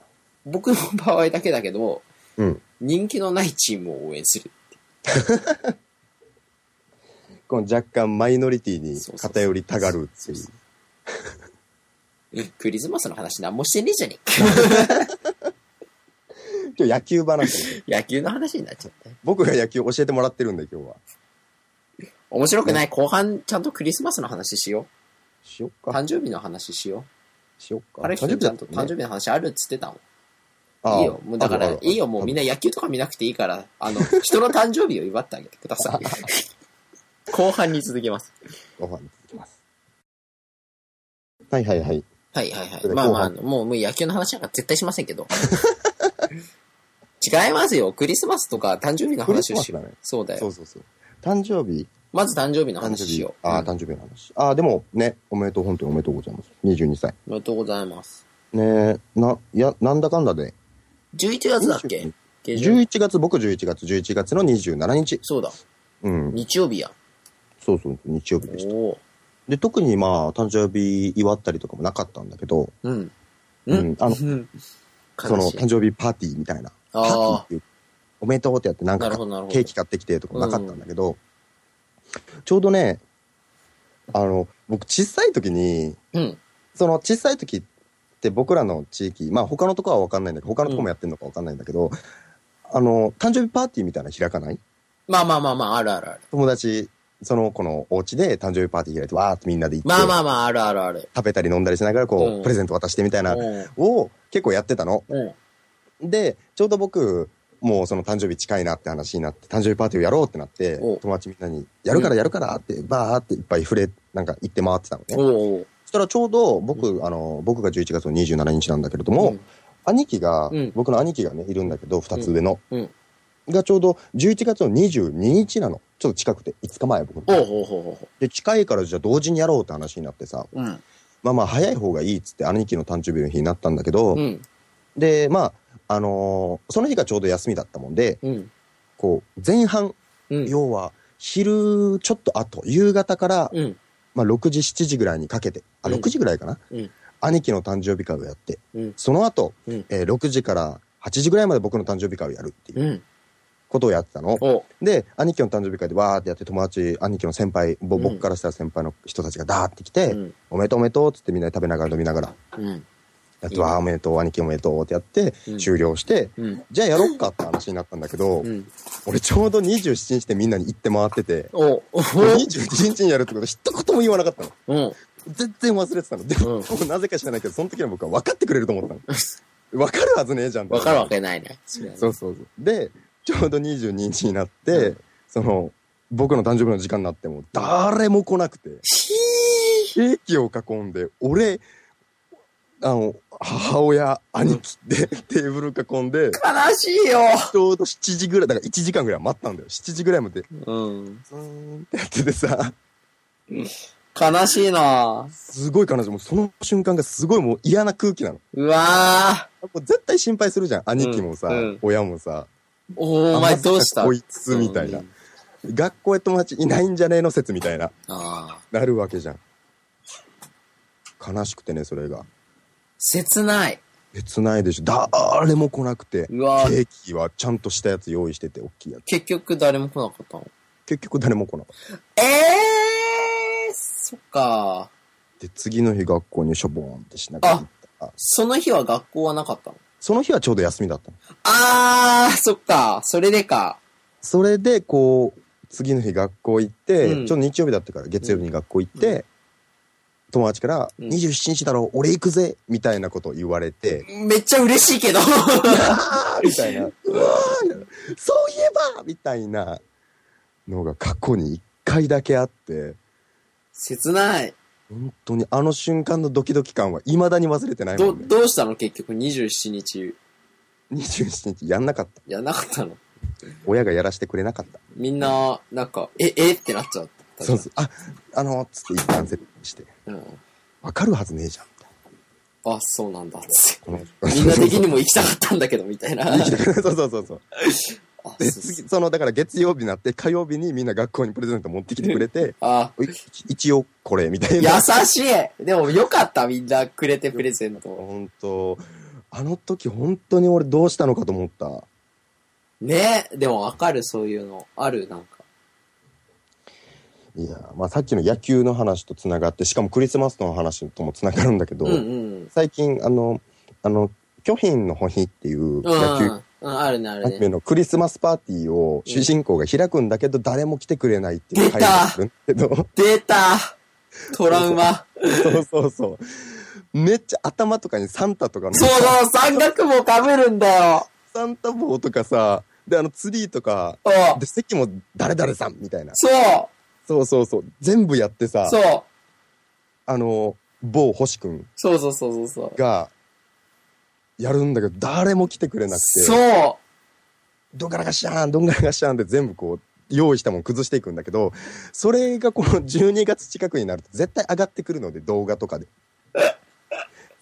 Speaker 2: 僕の場合だけだけど、
Speaker 1: うん
Speaker 2: 人気のないチームを応援する。
Speaker 1: この若干マイノリティに
Speaker 2: そうそうそう
Speaker 1: 偏りたがるっていう。
Speaker 2: クリスマスの話なんもしてねえじゃね
Speaker 1: 今日野球話。
Speaker 2: え か。野球の話になっちゃったよ
Speaker 1: 僕が野球教えてもらってるんで今日は。
Speaker 2: 面白くない後半ちゃんとクリスマスの話しよ
Speaker 1: しよっ
Speaker 2: う。
Speaker 1: か。
Speaker 2: 誕生日の話しよ
Speaker 1: しよっ
Speaker 2: う。
Speaker 1: か。
Speaker 2: あれ、ちゃん
Speaker 1: だ
Speaker 2: と誕生
Speaker 1: 日
Speaker 2: 日の話あるっつってたもん。
Speaker 1: ああ
Speaker 2: いいよ。もうだか
Speaker 1: あ
Speaker 2: ら、
Speaker 1: る
Speaker 2: い
Speaker 1: ある
Speaker 2: いよ。もうみんな野球とか見なくていいから、あの、 人の誕生日を祝ってあげてください。後半に続きます。
Speaker 1: ご飯いきます。はいはいはい。
Speaker 2: はいはいは
Speaker 1: そ
Speaker 2: い。
Speaker 1: れ
Speaker 2: まあまあ、
Speaker 1: 後
Speaker 2: もうもう野球の話なんか絶対しませんけど。違いますよ。クリスマスとか誕生日の
Speaker 1: クリ
Speaker 2: 話
Speaker 1: ス
Speaker 2: を
Speaker 1: マ
Speaker 2: し
Speaker 1: ス
Speaker 2: よ
Speaker 1: だ
Speaker 2: う。
Speaker 1: ね。
Speaker 2: そうだ
Speaker 1: そ
Speaker 2: よ。
Speaker 1: うそうそう。誕生日
Speaker 2: まず誕生日の
Speaker 1: 誕生
Speaker 2: 話し
Speaker 1: 日
Speaker 2: よ。う。
Speaker 1: ああ、
Speaker 2: うん
Speaker 1: 誕生日の話。ああ、でもね、おめでとう、本当におめでとうございます。22歳。
Speaker 2: おめでとうございます。
Speaker 1: ねえ、な、いや、なんだかんだで。
Speaker 2: 11月だっけ下旬
Speaker 1: 11月、僕11月、11月の27日。
Speaker 2: そうだ。
Speaker 1: うん。
Speaker 2: 日曜日や。
Speaker 1: そうそう、日曜日でした。
Speaker 2: おお。
Speaker 1: で、特にまあ、誕生日祝ったりとかもなかったんだけど、
Speaker 2: うん。
Speaker 1: うん
Speaker 2: うん。
Speaker 1: あの
Speaker 2: うん、
Speaker 1: その、
Speaker 2: 悲しい
Speaker 1: 誕生日パーティーみたいな。パーティー
Speaker 2: あ
Speaker 1: っていう、おめでとうってやって、なん
Speaker 2: あ、な
Speaker 1: か
Speaker 2: るほど、なるほど。
Speaker 1: ケーキ買ってきてとかもなかったんだけど、ちょうどね、あの、僕、小さい時に、
Speaker 2: うん。
Speaker 1: その、小さい時って僕らの地域、まあ、他のとこはわかんないんだけど、他のとこもやってんのかわかんないんだけど、あの、誕生日パーティーみたいなの開かない
Speaker 2: まあまあまあまあ、あるあるある。
Speaker 1: 友達、その子のお家で誕生日パーティー開いて、わーってみんなで行って、
Speaker 2: まあまあまあ、あるあるある。
Speaker 1: 食べたり飲んだりしながら、こう、
Speaker 2: うん
Speaker 1: プレゼント渡してみたいな、
Speaker 2: うん。
Speaker 1: を結構やってたの。
Speaker 2: うん。
Speaker 1: で、ちょうど僕、もうその誕生日近いなって話になって、誕生日パーティーをやろうってなって、
Speaker 2: お
Speaker 1: 友達みんなに、やるからやるからって、バーっていっぱい触れ、なんか行って回ってたのね。
Speaker 2: おう
Speaker 1: そしたらちょうど僕、あの、僕が11月の27日なんだけれど
Speaker 2: お
Speaker 1: も、
Speaker 2: う。
Speaker 1: 兄貴が、
Speaker 2: うん
Speaker 1: 僕の兄貴がね、いるんだけど、二つ上の。
Speaker 2: うんうん
Speaker 1: がちょうど11月の22日なの。ちょっと近くて、5日前僕の
Speaker 2: ほうほうほうほうほ
Speaker 1: で、近いからじゃあ同時にやろうって話になってさ、
Speaker 2: う。うん。
Speaker 1: まあまあ早い方がいいっつって兄貴の誕生日の日になったんだけど、
Speaker 2: うん。
Speaker 1: で、まあ、あのーその日がちょうど休みだったもんで、
Speaker 2: うん。
Speaker 1: こう、前半、
Speaker 2: うん。
Speaker 1: 要は昼ちょっと後、夕方から、
Speaker 2: うん。
Speaker 1: まあ6時、7時ぐらいにかけて、あ、
Speaker 2: うん
Speaker 1: 6時ぐらいかな、
Speaker 2: うん
Speaker 1: 兄貴の誕生日会をやって、
Speaker 2: うん
Speaker 1: その後、
Speaker 2: うん
Speaker 1: えー6時から8時ぐらいまで僕の誕生日会をやるっていう
Speaker 2: うん。
Speaker 1: ことをやってたの。
Speaker 2: お
Speaker 1: で、兄貴の誕生日会でわーってやって友達、兄貴の先輩、ぼ
Speaker 2: うん
Speaker 1: 僕からしたら先輩の人たちがダーって来て、
Speaker 2: うん。
Speaker 1: おめでとうおめでとうっつってみんなで食べながら飲みながら、
Speaker 2: うん。
Speaker 1: やっ
Speaker 2: いい
Speaker 1: て
Speaker 2: ね
Speaker 1: わーおめでとう、兄貴おめでとうってやって、
Speaker 2: うん
Speaker 1: 終了して、
Speaker 2: うん。
Speaker 1: じゃあやろっかって話になったんだけど、
Speaker 2: うん。
Speaker 1: 俺ちょうど27日でみんなに行って回って て、
Speaker 2: おお
Speaker 1: 27日にやるってこと一言も言わなかったの。
Speaker 2: うん。
Speaker 1: 全然忘れてたの。でも、なぜか知らないけど、その時の僕は分かってくれると思ったの。分かるはずねえじゃんって
Speaker 2: わかるわけないね。
Speaker 1: そうそうそう。で、ちょうど22日になって、その、僕の誕生日の時間になっても、誰も来なくて、
Speaker 2: ひ
Speaker 1: ケーキを囲んで、俺、あの、母親、兄貴で、テーブル囲んで、
Speaker 2: ー悲しいよ
Speaker 1: ちょうど7時ぐらい、だから1時間ぐらい待ったんだよ。7時ぐらいまで、
Speaker 2: うん。
Speaker 1: ずーんってやっててさ、
Speaker 2: 悲しいな
Speaker 1: すごい彼女もうその瞬間がすごいもう嫌な空気なの。
Speaker 2: うわ
Speaker 1: もう絶対心配するじゃん。兄貴もさ、
Speaker 2: うん
Speaker 1: 親もさ。
Speaker 2: ーおーお前どうした
Speaker 1: あまさかこいつみたいな。
Speaker 2: うん
Speaker 1: 学校へ友達いないんじゃねえの説みたいな。
Speaker 2: ああ。
Speaker 1: なるわけじゃん。悲しくてね、それが。
Speaker 2: 切ない。
Speaker 1: 切ないでしょ。誰も来なくて。ケ
Speaker 2: うわー
Speaker 1: ーキはちゃんとしたやつ用意してて、大きいやつ。
Speaker 2: 結局誰も来なかったの
Speaker 1: 結局誰も来なかっ
Speaker 2: ええー、そっか。
Speaker 1: た。で、次の日学校にしょぼーんってしながら行ったら
Speaker 2: その日は学校はなかったの
Speaker 1: その日はちょうど休みだったの。
Speaker 2: あー、そっか。それでか。
Speaker 1: それで、こう、次の日学校行って、
Speaker 2: うん
Speaker 1: ちょっと日曜日だったから月曜日に学校行って、友達から、
Speaker 2: うん
Speaker 1: 27日だろ、俺行くぜみたいなことを言われ て、
Speaker 2: めっちゃ嬉しいけど。
Speaker 1: あーみたいな、うわーそういえばみたいなのが過去に一回だけあって、
Speaker 2: 切ない。
Speaker 1: 本当にあの瞬間のドキドキ感は未だに忘れてないも
Speaker 2: ど、
Speaker 1: んね。
Speaker 2: どうしたの結局27日
Speaker 1: 27日やんなかった。
Speaker 2: やんなかったの
Speaker 1: 親がやらせてくれなかった。
Speaker 2: みんな、なんか、え、えってなっちゃった。
Speaker 1: そうそう。あ、あの、つって一旦セットして、
Speaker 2: うん。
Speaker 1: わかるはずねえじゃん。
Speaker 2: あ、そうなんだ。み
Speaker 1: この
Speaker 2: んな 的にも行きたかったんだけど、みたいな。あ、そう
Speaker 1: そうそうそうそう。で、
Speaker 2: そう、
Speaker 1: 次、その、だから月曜日になって、火曜日にみんな学校にプレゼント持ってきてくれて
Speaker 2: あ、
Speaker 1: おい一応これ、みたい
Speaker 2: 優
Speaker 1: な。
Speaker 2: しいでもよかった、みんなくれてプレゼント。
Speaker 1: 本当あの時本当に俺どうしたのかと思った。
Speaker 2: ねでもわかる、そういうの。ある、なんか。
Speaker 1: いや、まあさっきの野球の話とつながって、しかもクリスマスの話ともつながるんだけど、
Speaker 2: うんうん。
Speaker 1: 最近、あの、あの、巨品の日っていう
Speaker 2: うん
Speaker 1: 野球
Speaker 2: うん、あるね、あ
Speaker 1: ア
Speaker 2: る
Speaker 1: ニメ
Speaker 2: ね。
Speaker 1: のクリスマスパーティーを主人公が開くんだけど、誰も来てくれないっていう
Speaker 2: 出た
Speaker 1: 会があるんだけ ど、
Speaker 2: 出たトラウマ。
Speaker 1: そうそうそう。めっちゃ頭とかにサンタとかの
Speaker 2: そうそう、三角帽かぶるんだよ。
Speaker 1: サンタ帽とかさ、で、あのツリーとか、
Speaker 2: お
Speaker 1: で、席も誰々さんみたいな。
Speaker 2: そう、
Speaker 1: そうそうそう。全部やってさ、
Speaker 2: そう、
Speaker 1: あの、某星くん
Speaker 2: そうそうそうそうそう。
Speaker 1: が、やるんだけど、誰も来てくれなくて、
Speaker 2: そ
Speaker 1: どんがらがしゃーん、どんがらがしゃーんって全部こう、用意したもん崩していくんだけど、それがこの12月 近くになると絶対上がってくるので、動画と かで。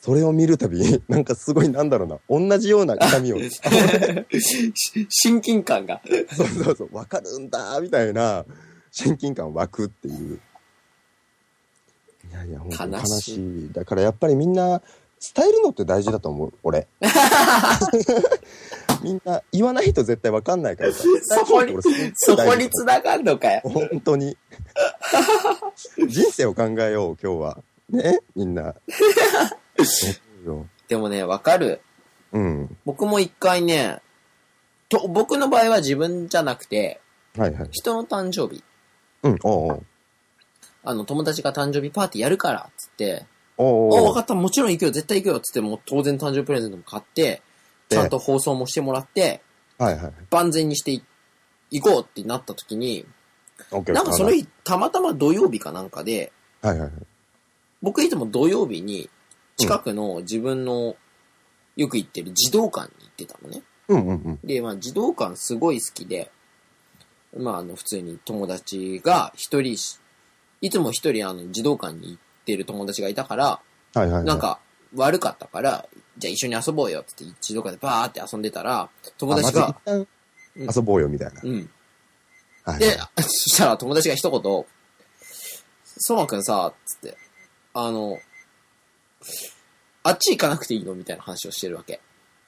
Speaker 1: それを見るたび、なんかすごいなんだろうな、同じような痛みを、
Speaker 2: う。 し親近感が。
Speaker 1: そうそうそう、わかるんだ、みたいな、親近感湧くっていう。いやいや、本当に
Speaker 2: 悲
Speaker 1: 悲
Speaker 2: しい
Speaker 1: しい。だからやっぱりみんな、伝えるのって大事だと思う、 俺。みんな、言わないと絶対わかんないからさ。
Speaker 2: そこに
Speaker 1: 伝えるのって俺
Speaker 2: そこに繋がんのかよ。
Speaker 1: 本当に。人生を考えよう、今日は。ねみんな。そうよ
Speaker 2: でもね、わかる。
Speaker 1: うん。
Speaker 2: 僕も一回ね、と、僕の場合は自分じゃなくて、
Speaker 1: はいはい。
Speaker 2: 人の誕生日、
Speaker 1: うん、おう
Speaker 2: あの、友達が誕生日パーティーやるから、つって、
Speaker 1: おう。
Speaker 2: あ、
Speaker 1: おうお
Speaker 2: わ
Speaker 1: う
Speaker 2: かった、もちろん行くよ、絶対行くよ、つって、もう当然誕生日プレゼントも買って、ちゃんと放送もしてもらって、
Speaker 1: はいはい。
Speaker 2: 万全にしてい行こうってなった時に、
Speaker 1: オッケー
Speaker 2: なんかその
Speaker 1: はい
Speaker 2: 日、たまたま土曜日かなんかで、
Speaker 1: はいはい。
Speaker 2: 僕いつも土曜日に、近くの自分のよく行ってる児童館に行ってたのね。
Speaker 1: うんうんうん。
Speaker 2: で、まあ、児童館すごい好きで、まあ、あの、普通に友達が一人し、いつも一人、あの、児童館に行ってる友達がいたから、
Speaker 1: はいはい、はい。
Speaker 2: なん、か、悪かったから、じゃあ一緒に遊ぼうよって言って、児童館でバーって遊んでたら、友達
Speaker 1: あ
Speaker 2: が、
Speaker 1: まず一旦遊ぼうよみたいな。
Speaker 2: うん。
Speaker 1: はいはい
Speaker 2: で、 そしたら友達が一言、そうまくんさ、つって、あの、あっち行かなくていいのみたいな話をしてるわけ。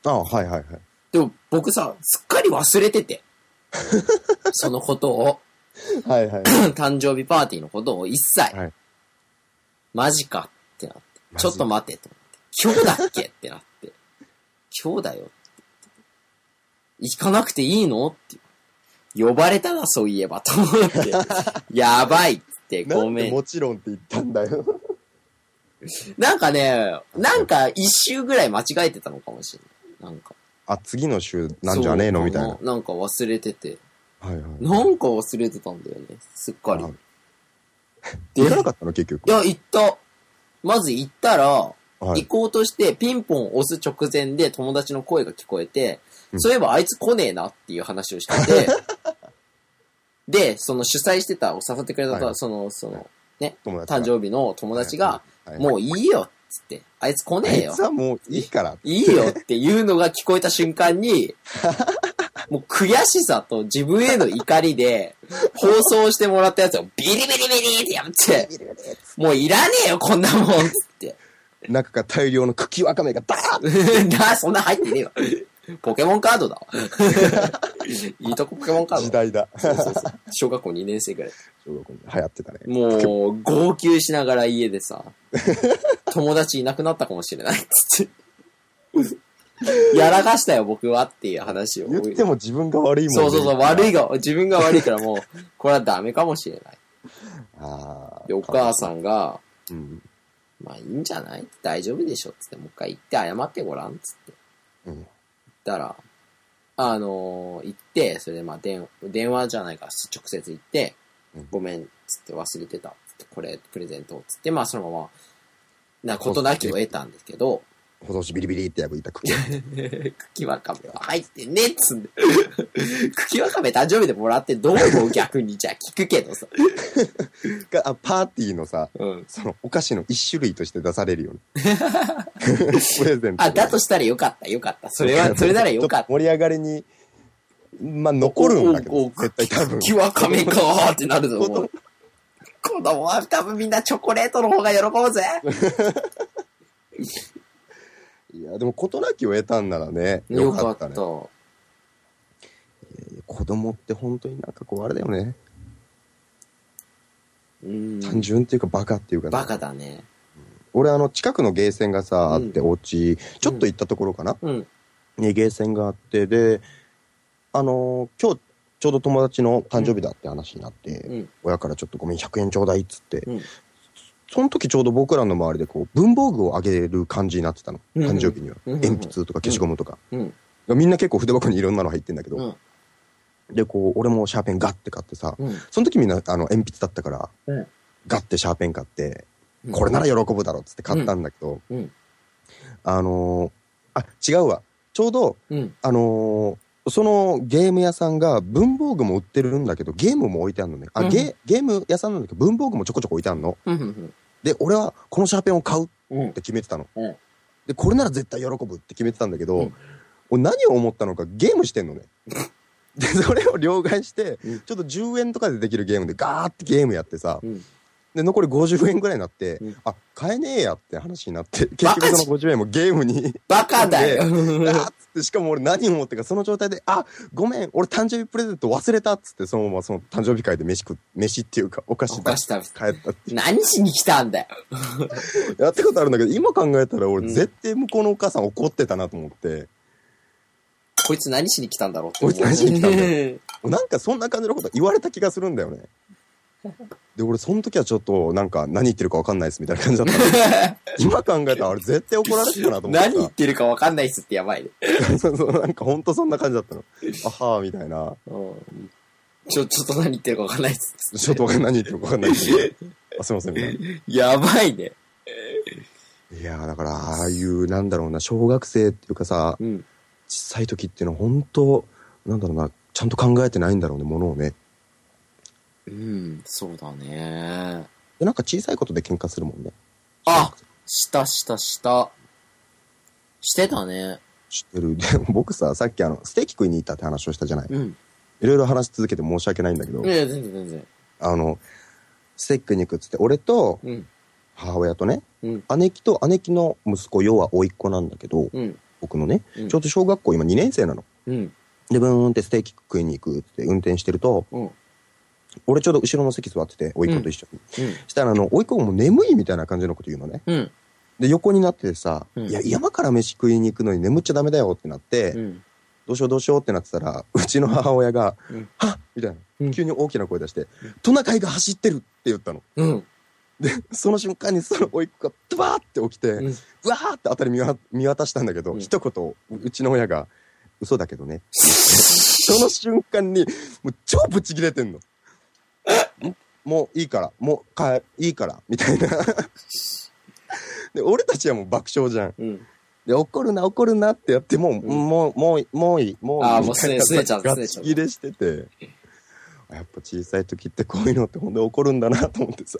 Speaker 1: ああはいはいはい。
Speaker 2: でも僕さ、すっかり忘れ てて。そのことを。
Speaker 1: はいはい。
Speaker 2: 誕生日パーティーのことを一切、
Speaker 1: はい
Speaker 2: マジかってなって、
Speaker 1: マジ
Speaker 2: ちょっと待てと思って、今日だっけってなって、今日だよって行かなくていいのって呼ばれたらそういえばと 思って、やばいって
Speaker 1: な
Speaker 2: ご
Speaker 1: んで
Speaker 2: めん。
Speaker 1: もちろんって言ったんだよ。
Speaker 2: なんかね、なんか一周ぐらい間違えてたのかもしれない。なんか。
Speaker 1: あ、次の週なんじゃねえの
Speaker 2: そう
Speaker 1: みたいな。
Speaker 2: なんか忘れてて。
Speaker 1: はいはい。
Speaker 2: なんか忘れてたんだよね。すっかり
Speaker 1: あ。行かなかったの結局。
Speaker 2: いや、行った。まず行ったら、
Speaker 1: はい
Speaker 2: 行。こうとして、ピンポン押す直前で友達の声が聞こえて、
Speaker 1: うん
Speaker 2: そういえばあいつ来ねえなっていう話 をしてて、で、その主催してた、誘ってくれた、
Speaker 1: はい
Speaker 2: その、その、
Speaker 1: 友達
Speaker 2: 誕生日の友達が、
Speaker 1: 生
Speaker 2: もういいよっつって、あいつ来ねえ
Speaker 1: あ
Speaker 2: よ
Speaker 1: いつ。はもういい から。
Speaker 2: いいよっていうのが聞こえた瞬間 に、もう悔しさと自分への怒りで、放送してもらったやつをビリビリビリってやって、もういらねえよこんなもんっつって。
Speaker 1: 中から大量の茎わかめがバーッ
Speaker 2: な、そんな入ってねえわ。ポケモンカードだわ。 いいとこポケモンカー
Speaker 1: 時
Speaker 2: ド。
Speaker 1: 代だ。
Speaker 2: そうそうそう小学校2年生ぐらい。
Speaker 1: 小学校に流行ってたね。
Speaker 2: もう、号泣しながら家 でさ、友達いなくなったかもしれないっつって。やらかしたよ、僕はっていう話を。
Speaker 1: 言っても自分が悪いもんね
Speaker 2: そうそうそう、悪いが、自分が悪いからもう、これはダメかもしれない。
Speaker 1: あ
Speaker 2: で、お母
Speaker 1: ん。
Speaker 2: さんが、
Speaker 1: うん。
Speaker 2: まあいいんじゃない大丈夫でしょっつって、もう一回行って謝ってごらんっつって。
Speaker 1: うん。
Speaker 2: ったら、あのー行って、それでまあ電、電話じゃないから、直接行って
Speaker 1: うん、
Speaker 2: ごめん、つって忘れてた、つって、これ、プレゼント、つって、まあそのまま、な、ことなきを得たんです けど、
Speaker 1: ほどしビリビリって破いた 茎。
Speaker 2: 茎わかめは入って ねっつんで。茎わかめ誕生日でもらってどう思う逆にじゃあ聞くけどさ。
Speaker 1: があパーティーのさ、
Speaker 2: うん。
Speaker 1: そのお菓子の一種類として出される よね。プレゼント。
Speaker 2: あ、だとしたらよかった、よかった。それは、それならよかっ
Speaker 1: ちょ
Speaker 2: た。
Speaker 1: と盛り上がりに、まあ、残るんだけ
Speaker 2: おお
Speaker 1: ど、
Speaker 2: お
Speaker 1: 絶対多分。
Speaker 2: 茎わかめかーってなると思う。子供は多分みんなチョコレートの方が喜ぶぜ。
Speaker 1: いや、でも事なきを得たんならね、
Speaker 2: よ
Speaker 1: よ
Speaker 2: か
Speaker 1: か
Speaker 2: っ
Speaker 1: ったたね。子供って本当になんかこう、あれだよね。
Speaker 2: うん。
Speaker 1: 単純っていうかバカっていうかね
Speaker 2: バカだね。
Speaker 1: 俺あの近くのゲーセンがさあって
Speaker 2: う
Speaker 1: お家ちょっと行ったところかな、
Speaker 2: うん。
Speaker 1: にゲーセンがあってであのー今日ちょうど友達の誕生日だって話になって、
Speaker 2: うん。
Speaker 1: 親からちょっとごめん100円ちょうだいっつって、
Speaker 2: うん
Speaker 1: その時ちょうど僕らの周りでこう文房具をあげる感じになってたの
Speaker 2: うん
Speaker 1: 誕生日には、
Speaker 2: うん
Speaker 1: 鉛筆とか消しゴムとか、
Speaker 2: うん。
Speaker 1: みんな結構筆箱にいろんなの入ってんだけど、
Speaker 2: うん。
Speaker 1: でこう俺もシャーペンガッて買ってさ
Speaker 2: うん。
Speaker 1: その時みんなあの鉛筆だったから、
Speaker 2: うん
Speaker 1: ガッてシャーペン買って
Speaker 2: うん
Speaker 1: これなら喜ぶだろうっつって買ったんだけど、
Speaker 2: うんうん
Speaker 1: あのーあ違うわちょうど、
Speaker 2: うん。
Speaker 1: あのーそのゲーム屋さんが文房具も売ってるんだけどゲームも置いてあるのねあ、
Speaker 2: うん
Speaker 1: ゲゲーム屋さんなんだけど文房具もちょこちょこ置いてあるの
Speaker 2: うん。うん。
Speaker 1: で俺はこのシャーペンを買うっ
Speaker 2: うん。
Speaker 1: て決めてたの、
Speaker 2: うん
Speaker 1: でこれなら絶対喜ぶって決めてたんだけど、
Speaker 2: うん
Speaker 1: 俺何を思ったのかゲームしてんのねでそれを両替して、
Speaker 2: うん
Speaker 1: ちょっと10円とかでできるゲームでガーってゲームやってさ、
Speaker 2: うん
Speaker 1: で残り50円ぐらいになって、
Speaker 2: うん
Speaker 1: あ買えねえやって話になって結
Speaker 2: バカじゃん
Speaker 1: 局その50円もゲームに
Speaker 2: バカだよ。
Speaker 1: あーっつってしかも俺何を思ってかその状態で「あごめん俺誕生日プレゼント忘れた」っつってそのままその誕生日会で飯食っ飯っていうかお菓子
Speaker 2: お
Speaker 1: 出
Speaker 2: 菓
Speaker 1: し
Speaker 2: 子食べて
Speaker 1: て帰ったって
Speaker 2: 何しに来たんだよ。
Speaker 1: やったことあるんだけど今考えたら
Speaker 2: う
Speaker 1: 俺
Speaker 2: ん
Speaker 1: 絶対向こうのお母さん怒ってたなと思って、
Speaker 2: こいつ何しに来たんだろうって。
Speaker 1: こいつ何しに来たんだ
Speaker 2: よ。
Speaker 1: なんかそんな感じのこと言われた気がするんだよねで俺その時はちょっとなんか何言ってるか分かんないですみたいな感じだった 今考えたらあれ絶対怒られてたなと思って
Speaker 2: 何言ってるか分かんないっすってやばいね。
Speaker 1: さ そうそうなんかほんとそんな感じだったのあはあみたいな
Speaker 2: うんちょ、ちょっと何言ってるか分かんないっすっ
Speaker 1: ちょっとわかんない何言ってるか分かんないですけどあすいませんみたいな
Speaker 2: て。やばいね。
Speaker 1: いやーだからああいうなんだろうな小学生っていうかさ
Speaker 2: うん。
Speaker 1: 小さい時っていうのは本当なんだろうなちゃんと考えてないんだろうねものをね
Speaker 2: うん、そうだね。
Speaker 1: でなんか小さいことで喧嘩するもんね
Speaker 2: あしたしたした。してたね。
Speaker 1: 知ってるで僕ささっきあのステーキ食いに行ったって話をしたじゃない
Speaker 2: うん。
Speaker 1: いろいろ話し続けて申し訳ないんだけど、
Speaker 2: いや、全然全然。
Speaker 1: あのステーキ食いに行くっつって俺と
Speaker 2: うん。
Speaker 1: 母親とね
Speaker 2: うん。
Speaker 1: 姉貴と姉貴の息子要は甥っ子なんだけど
Speaker 2: うん。
Speaker 1: 僕のね
Speaker 2: うん
Speaker 1: ちょうど小学校今2年生なの
Speaker 2: うん。
Speaker 1: でブーンってステーキ食いに行くっつって運転してると
Speaker 2: うん。うん。
Speaker 1: 俺ちょうど後ろの席座ってて甥っ子と一緒に、したらあの甥っ子がもう眠いみたいな感じのこと言うのね
Speaker 2: うん。
Speaker 1: で横になっててさ、
Speaker 2: うん
Speaker 1: いや山から飯食いに行くのに眠っちゃダメだよってなって、
Speaker 2: うん。
Speaker 1: どうしようどうしようってなってたらうちの母親が「
Speaker 2: うん
Speaker 1: はっ!」みたいな、
Speaker 2: うん
Speaker 1: 急に大きな声出して「トナカイが走ってる!」って言ったの
Speaker 2: うん。
Speaker 1: その瞬間にその甥っ子がドバーって起きて、
Speaker 2: う
Speaker 1: うんわーって辺り見わ見渡したんだけど、
Speaker 2: うん
Speaker 1: 一言うちの親が「嘘だけどね」って言ってその瞬間にもう超ブチ切れてんのんもういいからもう帰いいからみたいなで俺たちはもう爆笑じゃん
Speaker 2: うん。
Speaker 1: で怒るな怒るなってやってもう、
Speaker 2: ん
Speaker 1: もうもういいもういいもういい
Speaker 2: あ
Speaker 1: みたいな
Speaker 2: ーもうすねすねちゃう
Speaker 1: ガ
Speaker 2: すねち
Speaker 1: チ
Speaker 2: ゃう
Speaker 1: 切れしててやっぱ小さい時ってこういうのってほんで怒るんだなと思ってさ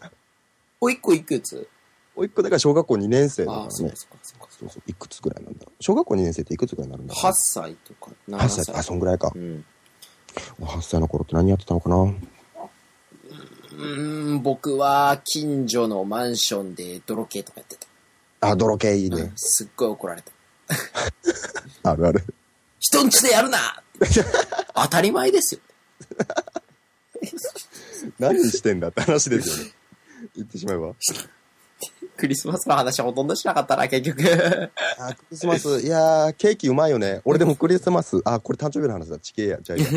Speaker 2: おいっ子いくつ
Speaker 1: 甥っ子だから小学校2年生だから
Speaker 2: あ
Speaker 1: ね
Speaker 2: あ、そうかそうかそうか。
Speaker 1: そうそういくつぐらいなんだろう小学校2年生っていくつぐらいになるんだろう
Speaker 2: 8歳とか、7
Speaker 1: 8
Speaker 2: 歳。
Speaker 1: 歳あそんぐらいか
Speaker 2: うん。
Speaker 1: 8歳の頃って何やってたのかな
Speaker 2: うーん、僕は近所のマンションで泥系とかやってた。
Speaker 1: あ泥系いい
Speaker 2: うん
Speaker 1: ね、
Speaker 2: すっごい怒られた。
Speaker 1: あるある
Speaker 2: 人んちでやるな 当たり前ですよ。
Speaker 1: 何してんだって話ですよね 言ってしまえば
Speaker 2: クリスマスの話はほとんどしなかったな、結 局。
Speaker 1: あクリスマ スいやーケーキうまいよね俺でもクリスマスあこれ誕生日の話だ地形や じゃあいいや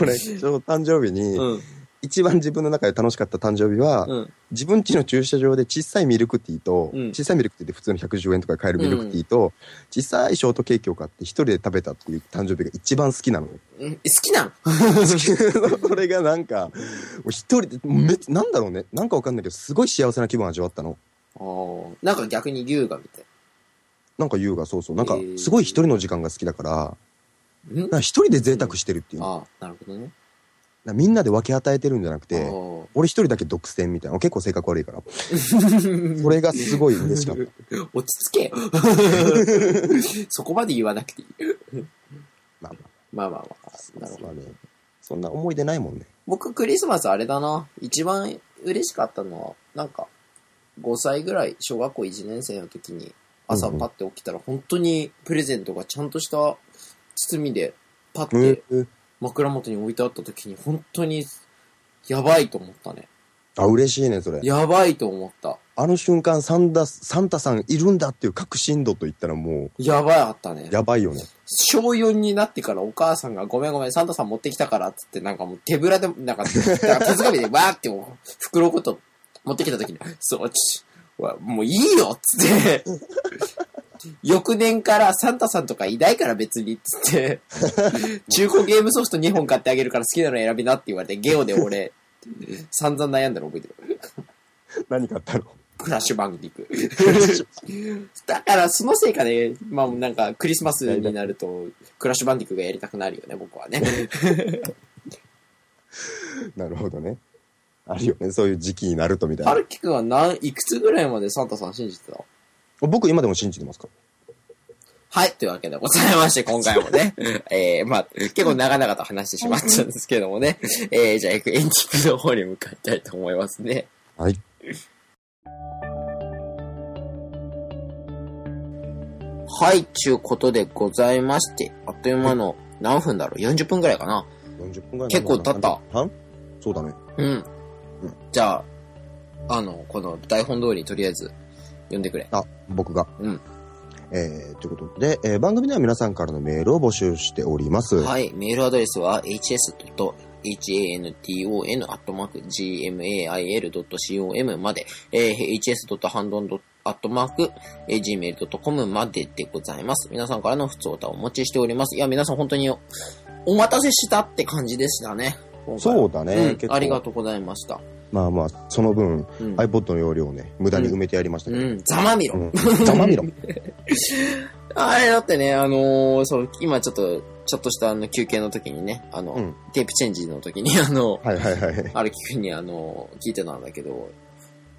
Speaker 1: 俺ちょうど誕生日に、
Speaker 2: うん。
Speaker 1: 一番自分の中で楽しかった誕生日は、
Speaker 2: うん。
Speaker 1: 自分家の駐車場で小さいミルクティーと、
Speaker 2: うん
Speaker 1: 小さいミルクティーで普通の110円とかで買えるミルクティーと、小さいショートケーキを買って一人で食べたっていう誕生日が一番好きな のね
Speaker 2: うん好きなの
Speaker 1: それがなんか俺一人でめなんだろうねなんかわかんないけどすごい幸せな気分を味わったの
Speaker 2: ああ。なんか逆に優雅みたい。
Speaker 1: なんか優雅そうそうなんか
Speaker 2: へー
Speaker 1: すごい一人の時間が好きだから
Speaker 2: ん
Speaker 1: なんか一人で贅沢してるっていう、
Speaker 2: ああ、なるほどね。
Speaker 1: なんかみんなで分け与えてるんじゃなく
Speaker 2: あ
Speaker 1: て
Speaker 2: ー
Speaker 1: 俺一人だけ独占みたいな結構性格悪いからそれがすごい嬉しかった
Speaker 2: 落ち着けよ。そこまで言わなくていい。
Speaker 1: まあま
Speaker 2: まあまあまあ。
Speaker 1: あ
Speaker 2: なるほど。
Speaker 1: まあねそんな思い出ないもんね。
Speaker 2: 僕、クリスマスあれだな。一番嬉しかったのは、なんか、5歳ぐらい、小学校1年生の時に、朝
Speaker 1: うんうん
Speaker 2: パッて起きたら、本当にプレゼントがちゃんとした包みで、パッ
Speaker 1: う
Speaker 2: て
Speaker 1: ん。
Speaker 2: 枕元に置いてあった時に、本当に、やばいと思ったね。
Speaker 1: あ、嬉しいね、それ。
Speaker 2: やばいと思った。
Speaker 1: あの瞬間、サンダ、サンタさんいるんだっていう確信度と言ったらも
Speaker 2: やばいあったね
Speaker 1: う、。やばい よね。
Speaker 2: 小4になってからお母さんが、ごめんごめん、サンタさん持ってきたから、つって、なんかもう手ぶらで、なんか、なんか手づかみでわーってもう、袋ごと持ってきた時に、そう、ち、わもういいよっつって、翌年からサンタさんとかいないから別に、つって、中古ゲームソフト2本買ってあげるから好きなの選びなって言われて、ゲオで俺、散々悩んだの覚えてる。
Speaker 1: 何かあったの
Speaker 2: クラッシュバンディク。だから、そのせいかね、まあ、なんか、クリスマスになると、クラッシュバンディクがやりたくなるよね、僕はね。
Speaker 1: なるほどね。あるよね、そういう時期になるとみたい
Speaker 2: は
Speaker 1: な。
Speaker 2: るきくんは何、いくつぐらいまでサンタさん信じてた
Speaker 1: 僕今でも信じてますか
Speaker 2: はい、というわけでございまして、今回も ね、えー、まあ、結構長々と話してしまったんですけどもね、えー、じゃあ、エンディングの方に向かいたいと思いますね。
Speaker 1: ら。はい。
Speaker 2: はい、ちゅうことでございまして、あっという間の、何分だろう ?40 分ぐらいかな
Speaker 1: 40分ぐらい
Speaker 2: 結構経った
Speaker 1: はんそうだね。
Speaker 2: うん
Speaker 1: うん。
Speaker 2: じゃあ、あの、この台本通りとりあえず読んでくれ。
Speaker 1: あ、僕が。
Speaker 2: うん。
Speaker 1: えー、ということで、えー番組では皆さんからのメールを募集しております。
Speaker 2: はい、メールアドレスは hs.hanton.gmail.com まで、えー、hs.handon.gmail.com まででございます。皆さんからの普通歌をお持ちしております。いや、皆さん本当におお待たせしたって感じでしたね。今回
Speaker 1: そうだね、
Speaker 2: うん、ありがとうございました。
Speaker 1: まあまあ、その分、
Speaker 2: うん。
Speaker 1: iPod の容量をね、無駄に埋めてやりました
Speaker 2: う
Speaker 1: けど。
Speaker 2: ん、ざまみろ。
Speaker 1: うん。ざまみろ。
Speaker 2: あれだってね、あのーそう、今ちょっと、ちょっとしたあの休憩の時にね、あの、
Speaker 1: うん
Speaker 2: テープチェンジの時に、あの、
Speaker 1: はいはいはい。
Speaker 2: ある聞くにあの、聞いてたんだけど、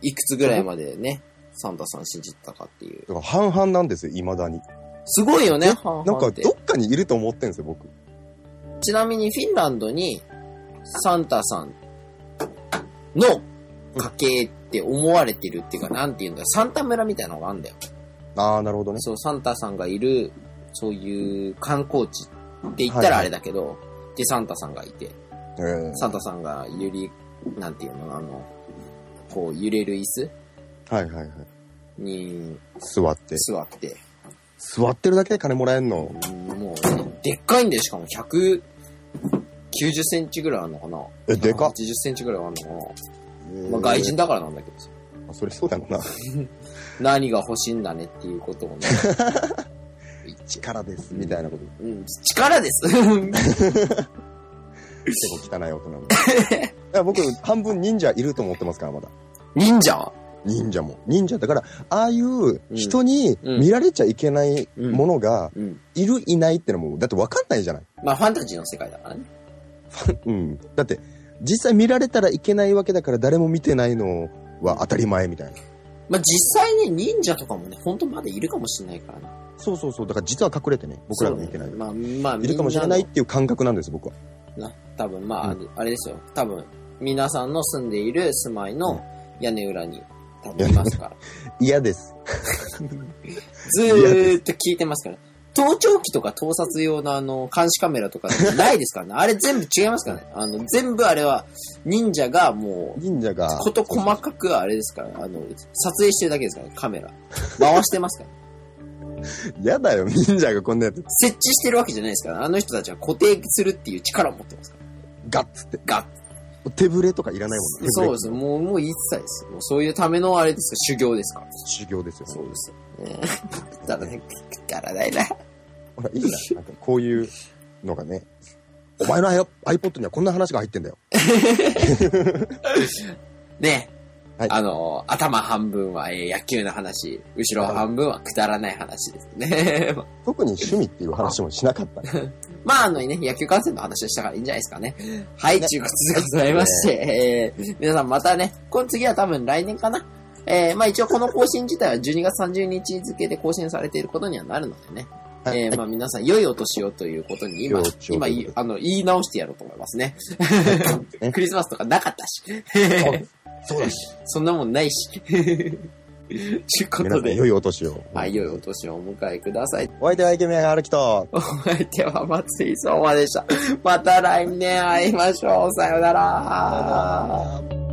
Speaker 2: いくつぐらいまでね、サンタさん信じてたかっていう。
Speaker 1: だから半々なんですよ、未だに。
Speaker 2: すごいよね、半
Speaker 1: なん
Speaker 2: 々
Speaker 1: か、
Speaker 2: って
Speaker 1: どっかにいると思ってんですよ、僕。
Speaker 2: ちなみにフィンランドに、サンタさんの家系って思われてるっていうか、なんていうんだ、サンタ村みたいなのがあるんだよ。
Speaker 1: ああ、なるほどね。
Speaker 2: そう、サンタさんがいる、そういう観光地って言ったらあれだけど、で、サンタさんがいて、
Speaker 1: えー
Speaker 2: サンタさんが揺り、なんていうの、あの、こう揺れる椅子
Speaker 1: はいはいはい。
Speaker 2: に
Speaker 1: 座って。
Speaker 2: 座って、
Speaker 1: 座ってるだけで金もらえんの。
Speaker 2: うんもう、ね、でっかいんで、しかも190センチぐらいあるのかな
Speaker 1: え、でかっ。
Speaker 2: ?80 センチぐらいはあるのかなまあ外人だからなんだけどさ
Speaker 1: あそれそうだろうな。
Speaker 2: 何が欲しいんだねっていうこ とをね。
Speaker 1: 力です、みたいなこと。
Speaker 2: うん、力です。 うん
Speaker 1: 結構汚い大人 の。いや僕、半分忍者いると思ってますから、まだ。
Speaker 2: 忍者
Speaker 1: 忍者も。忍者だから、ああいう人に見られちゃいけないものが、
Speaker 2: うん。
Speaker 1: いる、いないってのも、だって分かんないじゃない。
Speaker 2: まあファンタジーの世界だからね。
Speaker 1: うん。だって、実際見られたらいけないわけだから、誰も見てないのは当たり前みたいな。
Speaker 2: まあ実際ね、忍者とかもね、ほんとまだいるかもしれないからね。
Speaker 1: そうそうそう。だから実は隠れてね、僕らが見てない。
Speaker 2: そうだねまあまあ、
Speaker 1: いるかもしれないっ
Speaker 2: みん
Speaker 1: ていう感覚なんです、僕は。
Speaker 2: なのな多分まあ、あれですよ。多分、皆さんの住んでいる住まいうの
Speaker 1: ん
Speaker 2: 屋根裏に多分いますから。
Speaker 1: 嫌です。
Speaker 2: ずーっと聞いてますから。盗聴器とか盗撮用のあの、監視カメラとかないですからね。 あれ全部違いますからね。あの、全部あれは、忍者がもう、
Speaker 1: 忍者が。
Speaker 2: こと細かくあれですから、あの、撮影してるだけですから、カメラ。回してますから。
Speaker 1: 嫌だよ、忍者がこんなやつ。
Speaker 2: 設置してるわけじゃないですから、あの人たちは固定するっていう力を持ってますから。
Speaker 1: ガッツって。
Speaker 2: ガッ
Speaker 1: 手ぶれとかいらないもんね。
Speaker 2: そうで
Speaker 1: 手
Speaker 2: す。もう、もう一切です。もうそういうためのあれですか、修行ですから。
Speaker 1: ぶれ修行ですよ、
Speaker 2: そ
Speaker 1: ね。
Speaker 2: うですよ。ね くだらない、くだらないな。
Speaker 1: ほら、いいな。 なんかこういうのがね。お前の iPod にはこんな話が入ってんだよ。
Speaker 2: ね、
Speaker 1: はい
Speaker 2: あの、頭半分は、えー野球の話、後ろ半分はくだらない話ですね。
Speaker 1: 特に趣味っていう話もしなかった。
Speaker 2: まあ、あのね、野球観戦の話をしたからいいんじゃないですかね。はい、ということでござい まして、えー皆さんまたね、この次は多分来年かな。えーまあ一応この更新自体は12月30日付で更新されていることにはなるのでね。
Speaker 1: はい
Speaker 2: えーまあ皆さん良いお年をということに今
Speaker 1: 良いお、年を
Speaker 2: 今
Speaker 1: という
Speaker 2: 言い
Speaker 1: こ、
Speaker 2: あの、言い直してやろうと思いますね。
Speaker 1: ね
Speaker 2: クリスマスとかなかったし。
Speaker 1: そうだし。
Speaker 2: そんなもんないし。 というこ
Speaker 1: 皆
Speaker 2: と
Speaker 1: さん、
Speaker 2: で
Speaker 1: 良、いお年を。
Speaker 2: はい、良いお年をお迎えください。
Speaker 1: お相手はイケメン歩きと。
Speaker 2: お相手は松井相馬でした。また来年会いましょう。さようなら。